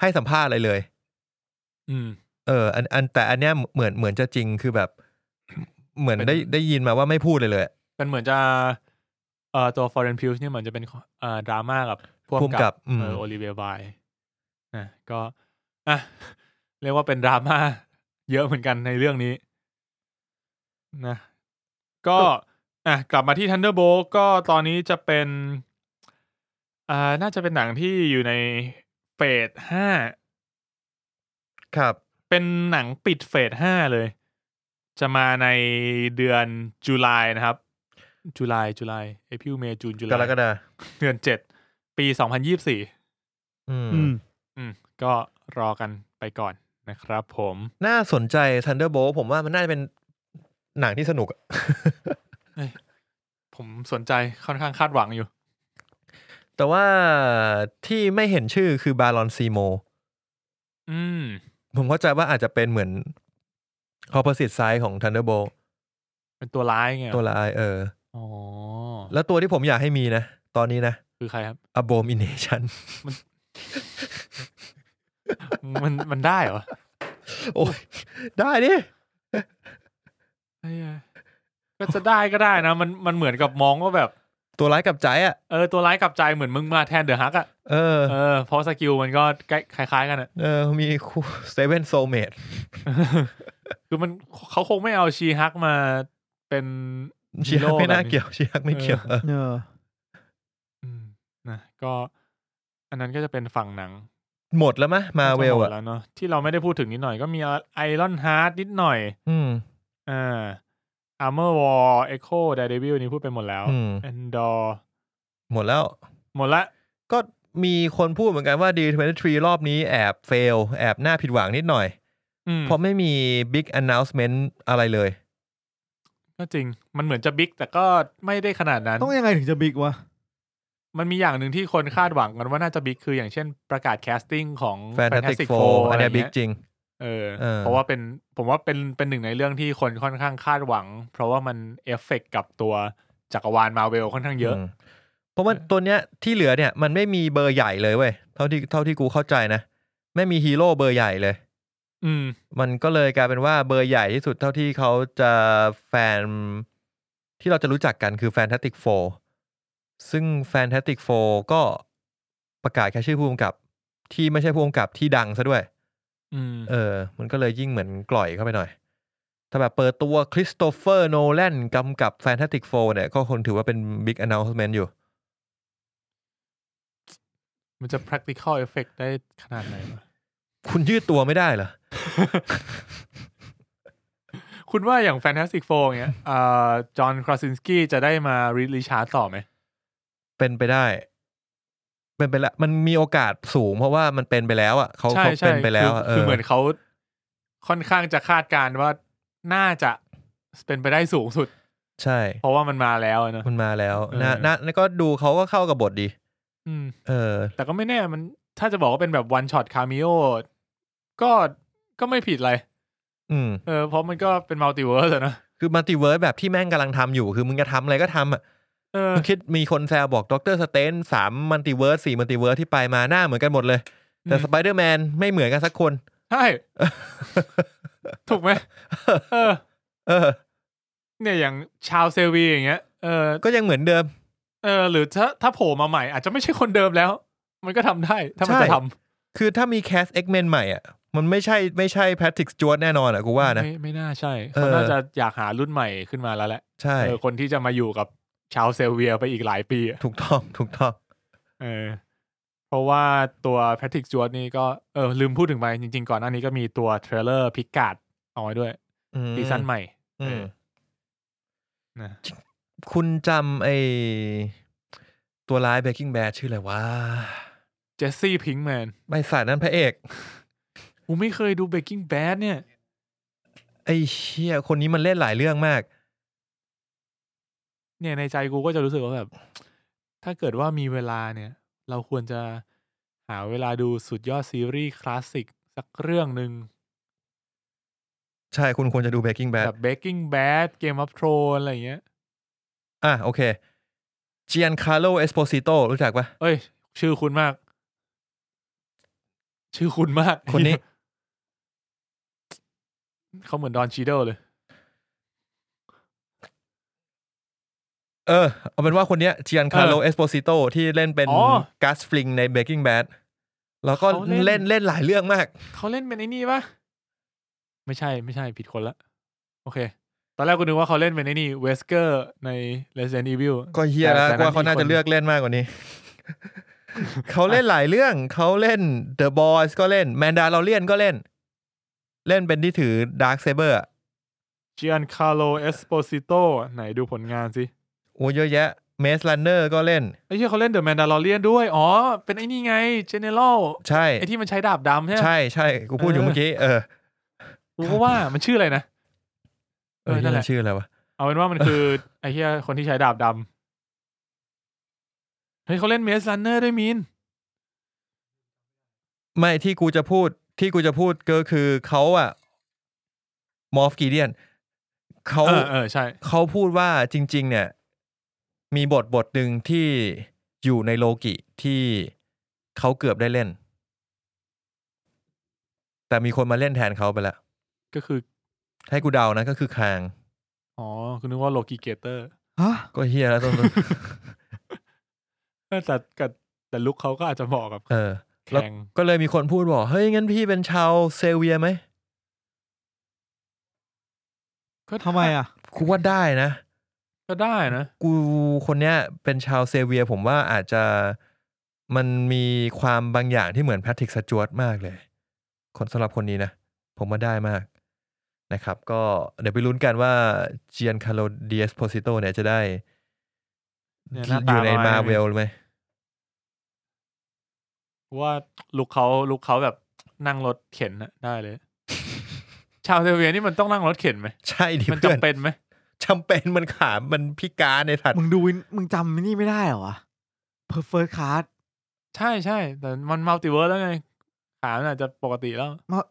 S1: ให้สัมภาษณ์อะไรเลย
S2: อืม
S1: เอออันอันแต่อันเนี้ยเหมือนเหมือนจะจริงคือแบบ เหมือน
S2: เป็น
S1: ได้ได้ยินมาว่าไม่พูดเลยเลย
S2: มันเหมือนจะเอ่อตัว foreign pills เนี่ยเหมือนจะเป็นเอ่อดราม่ากับพวก
S1: พุ่ม
S2: กั
S1: กั
S2: บบ
S1: อืม
S2: เออโอลิเวียบายนะก็อ่ะ เรียกว่าเป็นดราม่าเยอะเหมือนกันในเรื่องนี้ นะ ก็อ่ะกลับมาที่ Thunderbolt ก็ตอนนี้จะเป็นอ่าน่าจะเป็นหนังที่อยู่ในเฟสห้า
S1: ครับ
S2: เป็นหนังปิดเฟสห้าเลย จะมาในเดือนจุลายนะครับ จุลายจุลายเอพิวเมจูนจุ
S1: ก
S2: ลาย
S1: รกฎา
S2: เดือนเจ็ดปีสองพันยี่สี่
S1: อืม
S3: อืม
S2: อืม ก็รอกันไปก่อนนะครับผม
S1: น่าสนใจ Thunderbolt ผมว่ามันน่าจะเป็นหนังที่สนุกอะ
S2: ผมสนใจค่อนข้างคาดหวังอยู่
S1: แต่ว่าที่ไม่เห็นชื่อคือบารอนซีโม
S2: อืม
S1: ผมเข้าใจว่าอาจจะเป็นเหมือน opposite side ของ Thunderbolt
S2: เป็นตัวร้ายไง
S1: ตัวร้ายเออ
S2: อ๋อ
S1: แล้วตัวที่ผมอยากให้มีนะ ตอนนี้นะ
S2: คือใครครับ
S1: abomination
S2: มันมันได้เหรอ
S1: โอ้ยได้ดิ
S2: เอ้ยก็จะได้ก็ได้นะ มันมันเหมือนกับมองว่าแบบ
S1: ตัวร้ายกับใจอ่ะ
S2: เออตัวร้ายกลับใจเหมือนมึงมาแทนเดอะฮักอะ
S1: เออ
S2: เออเพราะสกิลมันก็ใกล้คล้ายๆกันอะ
S1: เออ มีคู่ seven soulmate
S2: คือมันเขาคงไม่เอาชีฮักมาเป็น
S1: เชียร์ไม่น่าเกี่ยวเชียร์ไม่เกี่ยว
S2: เออ
S1: เออ
S3: เออ
S2: อืมนะก็อันนั้นก็จะเป็นฝั่งหนัง
S1: หมดแล้วมะมาเวล
S2: จะหด
S1: อ่ะ
S2: แล้วเนาะที่เราไม่ได้พูดถึงนิดหน่อยก็มีไอรอนฮาร์ดนิดหน่อย
S1: อืม
S2: อ่าอาร์เมอร์วอลเอ็กโคไดเดวิลนี่พูดไปหมดแล้ว
S1: อืม
S2: แอนดอร์
S1: หมดแล้ว
S2: หมดละ
S1: ก็มีคนพูดเหมือนกันว่า D23 รอบนี้แอบเฟล แอบหน้าผิดหวังนิดหน่อย
S2: อืม
S1: เพราะไม่มี big announcement อะไรเลย
S2: ก็จริงมันเหมือนจะบิ๊กแต่ก็ไม่ได้ขนาดนั้น
S3: ต้องยังไงถึงจะบิ๊กวะ
S2: มันมีอย่างหนึ่งที่คนคาดหวังกันว่าน่าจะบิ๊กคืออย่างเช่นประกาศแคสติ้งของ
S1: Fantastic
S2: Fantastic
S1: Four
S2: Four
S1: อันเนี้ย
S2: ะไร
S1: บิ๊
S2: เงี้
S1: ก
S2: ย
S1: จริง
S2: เออ
S1: เออ
S2: เพราะว่าเป็นผมว่าเป็นเป็นหนึ่งในเรื่องที่คนค่อนข้างคาดหวัง เพราะว่ามันเอฟเฟกต์กับตัวจักรวาลมาเวลค่อนข้างเยอะ
S1: มเพราะว่าตัวเนี้ยที่เหลือเนี่ยมันไม่มีเบอร์ใหญ่เลยเว้ยเท่าที่เท่าที่กูเข้าใจนะ ไม่มีฮีโร่เบอร์ใหญ่เลย
S2: อืม
S1: มันก็เลยกลายเป็นว่าเบอร์ใหญ่ที่สุดเท่าที่เขาจะแฟน ที่เราจะรู้จักกันคือ Fantastic Four ซึ่ง Fantastic Four ก็ประกาศแค่ชื่อผู้กำกับ ที่ไม่ใช่ผู้กำกับที่ดังซะด้วย
S2: อืม
S1: เออ มันก็เลยยิ่งเหมือนกล่อยเข้าไปหน่อย ถ้าแบบเปิดตัวคริสโตเฟอร์โนแลนกำกับ Fantastic Four เนี่ยก็คงถือว่าเป็น Big Announcement อยู่
S2: มันจะ practical effect ได้ขนาดไหนวะ
S1: คุณยืดตัวไม่ได้เหรอ
S2: คุณว่าอย่าง Fantastic Four เนี้ยเอ่อจอห์นคราซินสกี้จะได้มารีลิชาร์ต่อไหม
S1: เป็นไปได้ เป็นไปแล้ว มันมีโอกาสสูงเพราะว่ามันเป็นไปแล้วอ่ะเขา
S2: ใช่
S1: เขา
S2: ใช่
S1: เป็นไปแล้ว
S2: คื
S1: อะ
S2: คือเหมือนเขาค่อนข้างจะคาดการณ์ว่าน่าจะเป็นไปได้สูงสุด
S1: ใช่
S2: เพราะว่ามันมาแล้วอะเนอะ
S1: มันมาแล้ว
S2: เออ
S1: นะนะแล้วก็ดูเขาก็เข้ากับบทดี
S2: อืม
S1: เออ
S2: แต่ก็ไม่แน่มันถ้าจะบอกว่าเป็นแบบวันช็อตคาเมโอก็ก็ไม่ผิดเลย
S1: อืม
S2: เออเพราะมันก็เป็นมัลติเวิร์สอะนะ
S1: คือมัลติเวิร์สแบบที่แม่งกำลังทำอยู่ คือมึงจะทำอะไรก็ทำอ่ะ
S2: เออ
S1: มึงคิดมีคนแซวบอกด็อกเตอร์สเตนสามมัลติเวิร์สสี่มัลติเวิร์สที่ไปมาหน้าเหมือนกันหมดเลย แต่สไปเดอร์แมนไม่เหมือนกันสักคน
S2: ใช่ถูกไหมเออ
S1: เออ
S2: เนี่ยอย่างชาวเซวีอย่างเงี้ยเออ
S1: ก็ยังเหมือนเดิม
S2: เออหรือถ้าถ้าโผล่มาใหม่อาจจะไม่ใช่คนเดิมแล้ว มันก็ทำได้ ถ้ามัน
S1: ใช่
S2: จะท
S1: คือถ้ามีแคสเอ็กเมนใหม่อ่ะมันไม่ใช่ไม่ใช่แพทริกจวดแน่นอนอ่ะกู
S2: ำ
S1: ว่านะ
S2: ไม่ไม่น่าใช่
S1: เออ
S2: เขาน่าจะอยากหารุ่นใหม่ขึ้นมาแล้วแหละ
S1: ใช่
S2: เออคนที่จะมาอยู่กับ ชาวเซลเวียไปอีกหลายปีอะ
S1: ถูกต้องถูกต้อง
S2: เออ เพราะว่าตัวแพทริกจวดนี่ก็เออลืมพูดถึงไปจริง ๆ ก่อนหน้านี้ก็มีตัวเทรลเลอร์พิกาดเอาไว้ด้วย
S1: อืม
S2: ซีซั่นใหม่
S1: อืม
S2: นะ
S1: คุณจำไอตัวร้ายเบกกิ้งแบดชื่ออะไรวะ
S2: เจสซี่พิงแมน
S1: ไม่สายนั้นพระเอก
S2: กูไม่เคยดูเบกกิ้งแบดเนี่ย
S1: ไอ้เชี่ยคนนี้มันเล่นหลายเรื่องมาก
S2: เนี่ยในใจกูก็จะรู้สึกว่าแบบ ถ้าเกิดว่ามีเวลาเนี่ย เราควรจะหาเวลาดูสุดยอดซีรีส์คลาสสิกสักเรื่องหนึ่ง
S1: ใช่คุณควรจะดูเบกกิ้งแบด
S2: แบบ Breaking Bad Game of Thrones อะไรอย่างเงี้ย
S1: อ่ะโอเคเจียนคาร์โลเอสโปซิโตรู้จักปะ
S2: เอ้ย ชื่อคุณมาก ชื่อคุณมาก
S1: คนนี้
S2: เขาเหมือนดอนชีเดลเลย
S1: เออเอาเป็นว่าคนเนี้ยเจียนคาร์โล
S2: เออ
S1: เอสโปซิโตที่เล่นเป็น
S2: อ๋อ
S1: กัสฟลิงในเบกกิ้งแบดแล้วก็
S2: เขาเล่น
S1: เล่นเล่นหลายเรื่องมาก
S2: เขาเล่นเป็นไอ้นี่ปะไม่ใช่ไม่ใช่ผิดคนละ โอเค ตอนแรกกูนึกว่าเขาเล่นเป็นไอ้นี่เวสเกอร์ใน Resident Evil
S1: ก็เฮีย
S2: แต่
S1: แล้ว
S2: แต่นั้น
S1: ว่าเขาน่า
S2: อีกค
S1: จะ
S2: น
S1: เลือกเล่นมากกว่านี้ เขาเล่นหลายเรื่อง เขาเล่น The Boys ก็เล่นแมนดา l รเลียนก็เล่น เล่นเป็นที่ถือ Dark Saber อะ
S2: เจียนคาร์โลเอสโปซิโตไหนดูผลงานสิ
S1: โอ้เยอะแยะ Maze Runner ก็เล่น
S2: ไอ้เหี้ยเขาเล่นเดอะแมนดา o r เ a ียนด้วย อ๋อ เป็นไอ้นี่ไงเจเน r a l
S1: ใช่
S2: ไอ้ที่มันใช้ดาบดำใช่ไหม
S1: ใช่ใช่กูพูดอยู่เมื่อกี้เออ
S2: กูก็ว่ามันชื่ออะไรนะ เออนั่นแหละ
S1: ชื่ออะไรวะ
S2: เอาเป็นว่ามันคือ ไอ้เหี้ยคนที่ใช้ดาบดำเฮ้ยเขาเล่นเมสซันเนอร์ด้วยมิน
S1: ไม่ที่กูจะพูดที่กูจะพูดก็คือเขาอะมอฟกีเดียนเขา
S2: เออเออใช่
S1: เขาพูดว่าจริง ๆ เนี่ย มีบทบทหนึ่งที่อยู่ในโลกิที่เขาเกือบได้เล่น แต่มีคนมาเล่นแทนเขาไปแล้ว
S2: ก็คือ
S1: ให้กูเดานะก็คือคาง
S2: อ๋อคุณนึกว่าโลกิเกเตอร์
S3: ฮะ
S1: ก็เฮียแล้วต้น
S2: แต่แต่แต่ลุกเขาก็อาจจะเหมาะกับ
S1: เออ แล้ว
S2: แข่ง
S1: ก็เลยมีคนพูดบอกเฮ้ย งั้นพี่เป็นชาวเซเวียไหม
S2: ก็
S3: ทำไมอ่ะ
S1: กูว่าได้นะ
S2: ก็ได้นะ
S1: กูคนเนี้ยเป็นชาวเซเวียผมว่าอาจจะมันมีความบางอย่างที่เหมือนแพทริกสจวตมากเลย คนสำหรับคนนี้นะ ผมว่าได้มากนะครับ ก็เดี๋ยวไปลุ้นกันว่าเจียนคาร์โลเดียสโพซิโตเนี่ยจะได้
S2: เนี่ยหน้า
S1: อ
S2: ตา
S1: ยู่ใน
S2: ประมา
S1: มา
S2: ณ
S1: เวลไหม
S2: ว่าลุกเขาลุกเขาแบบนั่งรถเข็นน่ะได้เลย ชาวเซอร์เวียนี่มันต้องนั่งรถเข็นไหม
S1: ใช่ดิ
S2: มัน
S1: เพื่อน
S2: จำเป็นไหม
S1: จำเป็นมันขามันพิการในถัด
S3: มึงดูวินมึงจำนี่ไม่ได้เหรอวะเพอร์เฟคคาร์ด
S2: ใช่ใช่แต่มันมัลติเวิร์สแล้วไงขามันอาจจะปกติแล้ว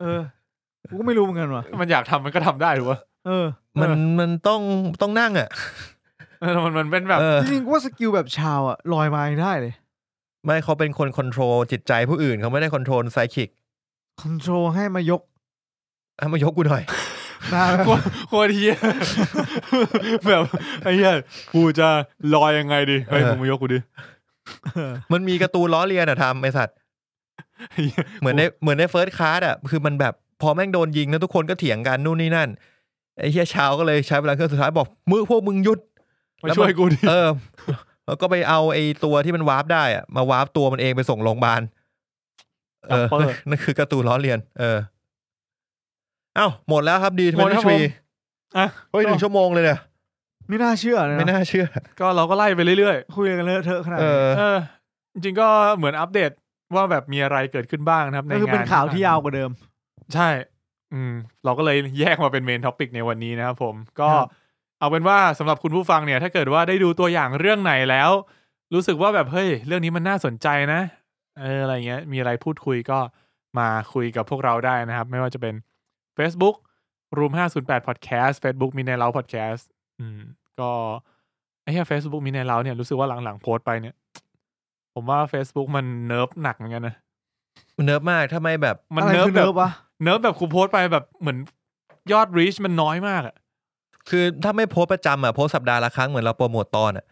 S3: เออกูก็ไม่รู้เหมือนกันว่ะ
S2: มันอยากทำมันก็ทำได้หรือวะ
S3: เออ
S1: มันมันต้องต้องนั่งอ่ะ
S2: เออมันมันเป็นแบบ
S1: เออ
S3: จริงๆกูว่าสกิลแบบชาวอ่ะลอยมายังได้เลย
S1: ไม่เขาเป็นคนคอนโทรลจิตใจผู้อื่นเขาไม่ได้คอนโทรลไซคิก
S3: คอนโทรลให้มายก
S1: เอามายกกูหน่อย
S3: หนะ
S2: โคตรโคตรเฮียแบบไอ้เหี้ยกูจะลอยยังไงดีเฮ้ย
S1: เออ
S2: มึงมายกกูดิ
S1: มันมีการ์ตูนล้อเลียนอะทำไอสัตว์
S2: ไอ้เหี้ย
S1: เหมือนในเหมือนในเฟิร์สคลาสอะคือมันแบบพอแม่งโดนยิงแล้วทุกคนก็เถียงกันนู่นนี่นั่น ไอ้เฮียเช้าก็เลยใช้เวลาเครื่องสุดท้ายบอกมือพวกมึงหยุด
S2: มาช่วยกูดิ
S1: เออ แล้วก็ไปเอาไอ้ตัวที่มันวาร์ปได้อะมาวาร์ปตัวมันเองไปส่งโรงพยาบาลเออนั่น นั่นคือการ์ตูนล้อเลียน เออเอ้าหมดแล้วครับดีทเวนที
S2: อ่ะ
S1: เฮ้ยหนึ่งชั่วโมงเลยเนี่ย
S3: ไม่น่าเชื่อเลย
S1: ไม่
S3: นะ
S1: น่าเชื่อ
S2: ก็เราก็ไล่ไปเรื่อย
S3: คุยกันเลอะเทอะขนาด
S1: เอ
S3: นี้
S1: อ
S2: ๆเออ จริงๆก็เหมือนอัปเดตว่าแบบมีอะไรเกิดขึ้นบ้างนะครับ ใน
S3: ก็
S2: งาน
S3: คือเป็นข่าวที่ยาวกว่าเดิม
S2: ใช่ อืม เราก็เลยแยกมาเป็นเมนท็อปิกในวันนี้นะครับผมก็
S3: ครับ
S2: เอาเป็นว่าสำหรับคุณผู้ฟังเนี่ย ถ้าเกิดว่าได้ดูตัวอย่างเรื่องไหนแล้ว รู้สึกว่าแบบเฮ้ยเรื่องนี้มันน่าสนใจนะ เอออะไรเงี้ยมีอะไรพูดคุยก็มาคุยกับพวกเราได้นะครับ ไม่ว่าจะเป็น Facebook Room 508 Podcast Facebook มีในเรา Podcast อืม ก็ไอ้เหี้ย Facebook มีในเราเนี่ยรู้สึกว่าหลังๆโพสต์ไปเนี่ย ผมว่า Facebook มันเนิร์ฟหนักเหมือนกันนะ
S1: เนิร์ฟมากถ้าไม่แบบ
S2: มัน
S3: อะไร
S2: เนิร์ฟ
S3: คือ
S2: แบบ
S3: เนิร์ฟวะ
S2: เนิร์ฟแบบกูโพสต์ไปแบบเหมือนยอดรีชมันน้อยมากอะ
S1: คือถ้าไม่โพสต์ประจำอ่ะโพสต์สัปดาห์ละครั้งเหมือนเราโปรโมตตอนอ่ะ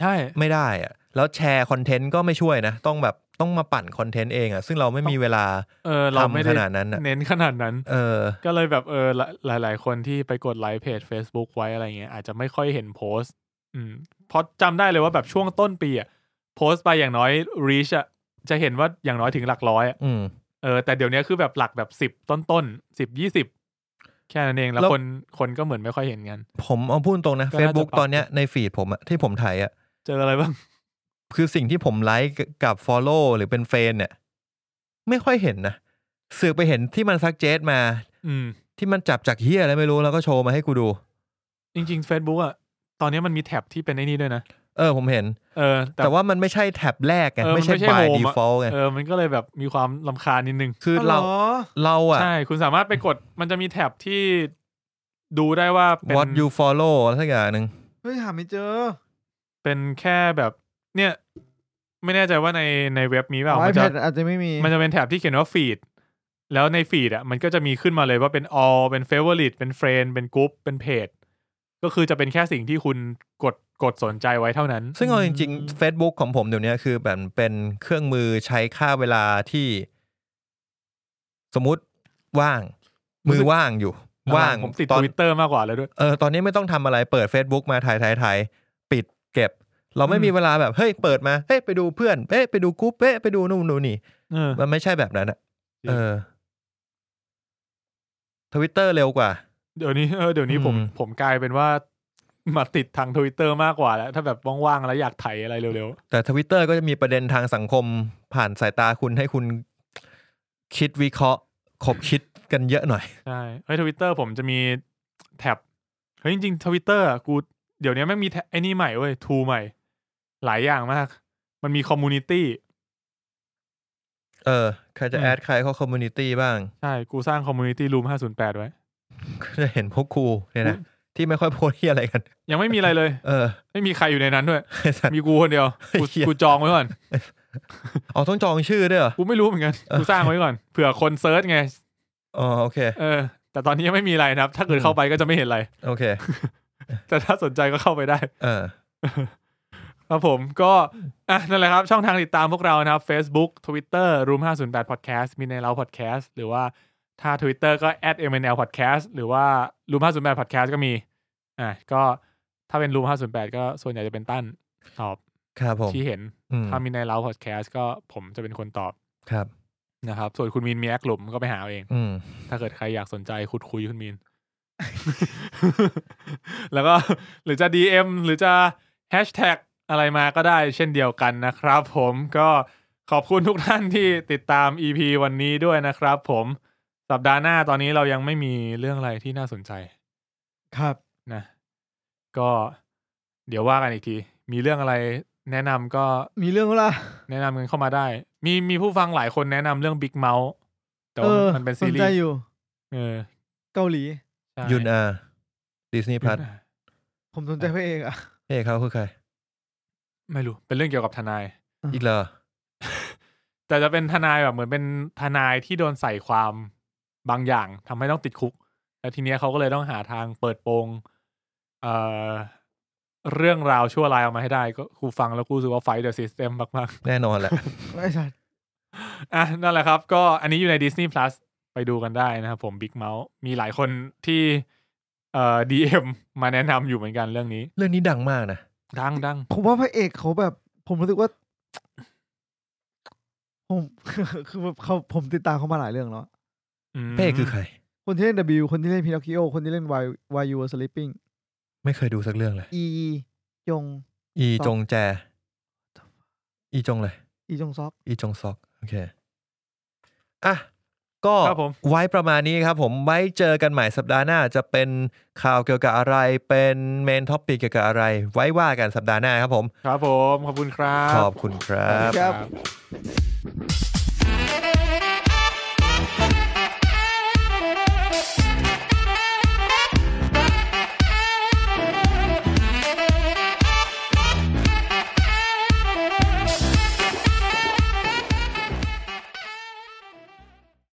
S2: ใช่
S1: ไม่ได้อะแล้วแชร์คอนเทนต์ก็ไม่ช่วยนะ ต้องแบบต้องมาปั่นคอนเทนต์เองอะซึ่งเราไม่มีเวลา
S2: เออเราไม่
S1: ทำข
S2: ได้
S1: นาดนั้นอะ
S2: เน้นขนาดนั้น
S1: เออ
S2: ก็เลยแบบเออหลายหลาย ๆ คนที่ไปกดไลค์เพจ Facebook ไว้อะไรเงี้ยอาจจะไม่ค่อยเห็นโพสต์ อืมเพราะจำได้เลยว่าแบบช่วงต้นปีอะโพสต์ไปอย่างน้อย reach อะจะเห็นว่าอย่างน้อยถึงหลักร้อยอะ
S1: อืม
S2: เออแต่เดี๋ยวนี้คือแบบหลักแบบสิบ10 ต้นต้นสิบยี่สิบแค่นั้นเองแล้ว
S1: แล้ว
S2: คนคนก็เหมือนไม่ค่อยเห็นกัน
S1: ผมเอาพูดตรงนะ
S2: ก็น่าจะ
S1: Facebook ตอนเนี้ยในฟีดผมอะที่ผมถ่ายอะ
S2: เจออะไรบ้าง
S1: คือสิ่งที่ผมไลค์กับ Follow หรือเป็นเฟนเนี่ย ไม่ค่อยเห็นนะเสือกไปเห็นที่มันซักเจตมา
S2: อืม
S1: ที่มันจับจากเฮียอะไรไม่รู้แล้วก็โชว์มาให้กูดู
S2: จริง ๆ Facebook อะตอนนี้มันมีแท็บที่เป็นไอ้นี่ด้วยนะ
S1: เออผมเห็น
S2: เออ
S1: แต่ว่ามันไม่ใช่แท็บแรกไง
S2: เออ
S1: ไม่ใช่
S2: มันไม่ใช่
S1: by
S2: Home อะ
S1: default ไง
S2: เออมันก็เลยแบบมีความลำคาญนิดนึง
S1: คือเรา
S3: ห
S1: เราอะ
S2: ใช่ คุณสามารถไปกดมันจะมีแท็บที่ดูได้ว่าเป็น
S1: what you follow อะไรสักอย่างหนึ่ง
S3: เฮ้ยหาไม่เจอ
S2: เป็นแค่แบบ เนี่ย ไม่แน่ใจว่าในในเว็บมีเปล่า
S3: ไอ
S2: มัน
S3: แพ
S2: จะ
S3: ดอาจจะไม่มี
S2: มันจะเป็นแท็บที่เขียนว่าฟีดแล้วในฟีดอ่ะมันก็จะมีขึ้นมาเลยว่าเป็น all เป็น favorite เป็น friend เป็น group เป็นเพจก็คือจะเป็นแค่สิ่งที่คุณกดกดสนใจไว้เท่านั้น
S1: ซึ่งเอาจริงๆ Facebook ของผมเดี๋ยวนี้คือแบบเป็นเครื่องมือใช้ค่าเวลาที่ สมมติว่าง มือว่างอยู่ ว่าง
S2: ผมติด
S1: ตอ
S2: ท
S1: น
S2: วิตเตอร์มากกว่าเลยด้วย
S1: เออตอนนี้ไม่ต้องทำอะไรเปิด Facebook มาถ่ายถ่ายถ่ายปิดเก็บ เราไม่มีเวลาแบบเฮ้ยเปิดมาเฮ้ยไปดูเพื่อนเฮ้ยไปดูกรุ๊ปเฮ้ยไปดูนู่นดูนี่
S2: เออ
S1: มันไม่ใช่แบบนั้นอะ
S2: จริง
S1: เออทวิตเตอร์เร็วกว่า
S2: เดี๋ยวนี้เออเดี๋ยวนี้ผม
S1: อืม
S2: ผมกลายเป็นว่า มาติดทางทวิตเตอร์มากกว่าแล้ว ถ้าแบบว่างๆแล้วอยากไถอะไรเร็ว
S1: แต่ทวิตเตอร์ก็จะมีประเด็นทางสังคมผ่านสายตาคุณให้คุณคิดวิเคราะห์ขบคิดกันเยอะหน่อย
S2: ๆใช่เฮ้ยทวิตเตอร์ผมจะมีแท็บเฮ้ยจริงๆทวิตเตอร์กูเดี๋ยวนี้ไม่งมีแท็บไอ้นี่ใหม่เว้ยทูใหม่ หลายอย่างมาก มันมีคอมมูนิตี้
S1: เออ ใครจะ
S2: อืม
S1: แอดใครเข้าคอมมูนิตี้บ้าง
S2: ใช่ กูสร้างคอมมูนิตี้รูมห้าศูนย์แปดไว้
S1: ก็จะเห็นพวกครูเนี่ยนะ ที่ไม่ค่อยโพสที่อะไรกัน
S2: ยังไม่มีอะไรเลย
S1: เอ อ
S2: ไม่มีใครอยู่ในนั้นด้วย
S1: ไอ้สัตว์
S2: มีกูคนเดียว กู
S1: เหี้ย
S2: กูจองไว้ก่อน
S1: อ๋อต้องจองชื่อด้วยเหรอ
S2: กูไม่รู้เห มือนกัน กูสร้างไว้ก่อนเผื่อคนเซิร์ชไง
S1: อ๋อ โอเค
S2: เออแต่ตอนนี้ยังไม่มีอะไรนะครับ ถ้าเกิดเข้าไปก็จะไม่เห็นอะไร
S1: โอเค
S2: แต่ถ้าสนใจก็เข้าไปได้
S1: เออ
S2: ครับผมก็อ่ะนั่นแหละครับ ช่องทางติดตามพวกเรานะครับ Facebook Twitter Room 508 Podcast มีในเรา Podcast หรือว่าถ้า Twitter ก็ @mnl podcast หรือว่า Room 508 Podcast ก็มีอ่ะก็ถ้าเป็น Room 508 ก็ส่วนใหญ่จะเป็นตั้นตอบ
S1: ครับผม
S2: ที่เห็น
S1: อืม
S2: ถ้ามีในเรา Podcast ก็ผมจะเป็นคนตอบ
S1: ครับ
S2: นะครับ ส่วนคุณมีนมีแอคหลุมก็ไปหาเอาเอง
S1: อืม
S2: ถ้าเกิดใครอยากสนใจคุดคุยคุณมีน แล้วก็หรือจะ DM หรือจะแฮชแท็กอะไรมาก็ได้เช่นเดียวกันนะครับผมก็ขอบคุณทุกท่านที่ติดตาม EP วันนี้ด้วยนะครับผมสัปดาห์หน้าตอนนี้เรายังไม่มีเรื่องอะไรที่น่าสนใจ
S3: ครับ
S2: นะ ก็เดี๋ยวว่ากันอีกที มีเรื่องอะไรแนะนำก็
S3: มีเรื่องเวละ
S2: แนะนำกันเข้ามาได้ มีมีผู้ฟังหลายคนแนะนำเรื่อง Big m o u t h แต่
S3: เอ
S2: ว่า
S3: อ
S2: มันเป็นซีรี
S3: สใจ
S2: ส์
S3: อยู่
S2: เออ
S3: เกาหลี
S2: ใช่
S1: ยุนอาดิสนีย์พลัส
S2: ยุ่นอา
S3: ผมสนใจพระเอกอะ
S1: เฮ้ยเขาคือใคร
S2: ไม่รู้ เป็นเรื่องเกี่ยวกับทนาย
S1: อีกเหรอ
S2: แต่จะเป็นทนายแบบเหมือนเป็นทนายที่โดนใส่ความบางอย่างทำให้ต้องติดคุก แล้วทีเนี้ยเขาก็เลยต้องหาทางเปิดโปงเอ่อเรื่องราวชั่วร้ายออกมาให้ได้ ก็กูฟังแล้วกูรู้สึกว่าไฟเดอะซิสเต็มมาก
S1: แน่นอน แหละ
S3: ไอ้สัตว์
S2: ๆ อ่ะ นั่นแหละครับ ก็อันนี้อยู่ใน Disney Plus ไปดูกันได้นะครับผม Big m o u t h มีหลายคนที่เอ่อดีเอ็มมาแนะนำอยู่เหมือนกันเรื่องนี้
S1: เรื่องนี้ดังมากนะ
S2: ดังดัง
S3: ผมว่าพระเอกเขาแบบ ผมรู้สึกว่า ผม คือแบบเขาผมติดตามเขามาหลายเรื่องแล้ว
S2: ๆอืม
S1: เพ่คือใคร
S3: คนที่เล่น W คนที่เล่น Pinocchio คนที่เล่น Why Why You Were Sleeping
S1: ไม่เคยดูสักเรื่องเลย
S3: อียง
S1: อีจงแจ อีจงเลย
S3: อีจงซอก
S1: อีจงซอก โอเค อ่ะ ก็
S2: ครับผม
S1: ไว้ประมาณนี้ครับผม ไว้เจอกันใหม่สัปดาห์หน้า จะเป็นข่าวเกี่ยวกับอะไร เป็นเมนท็อปปิกเกี่ยวกับอะไร ไว้ว่ากันสัปดาห์หน้าครับผม
S2: ครับผมขอบคุณครับ
S1: ขอบคุณครั
S2: สวัส
S1: บ
S2: ดี
S3: ครับ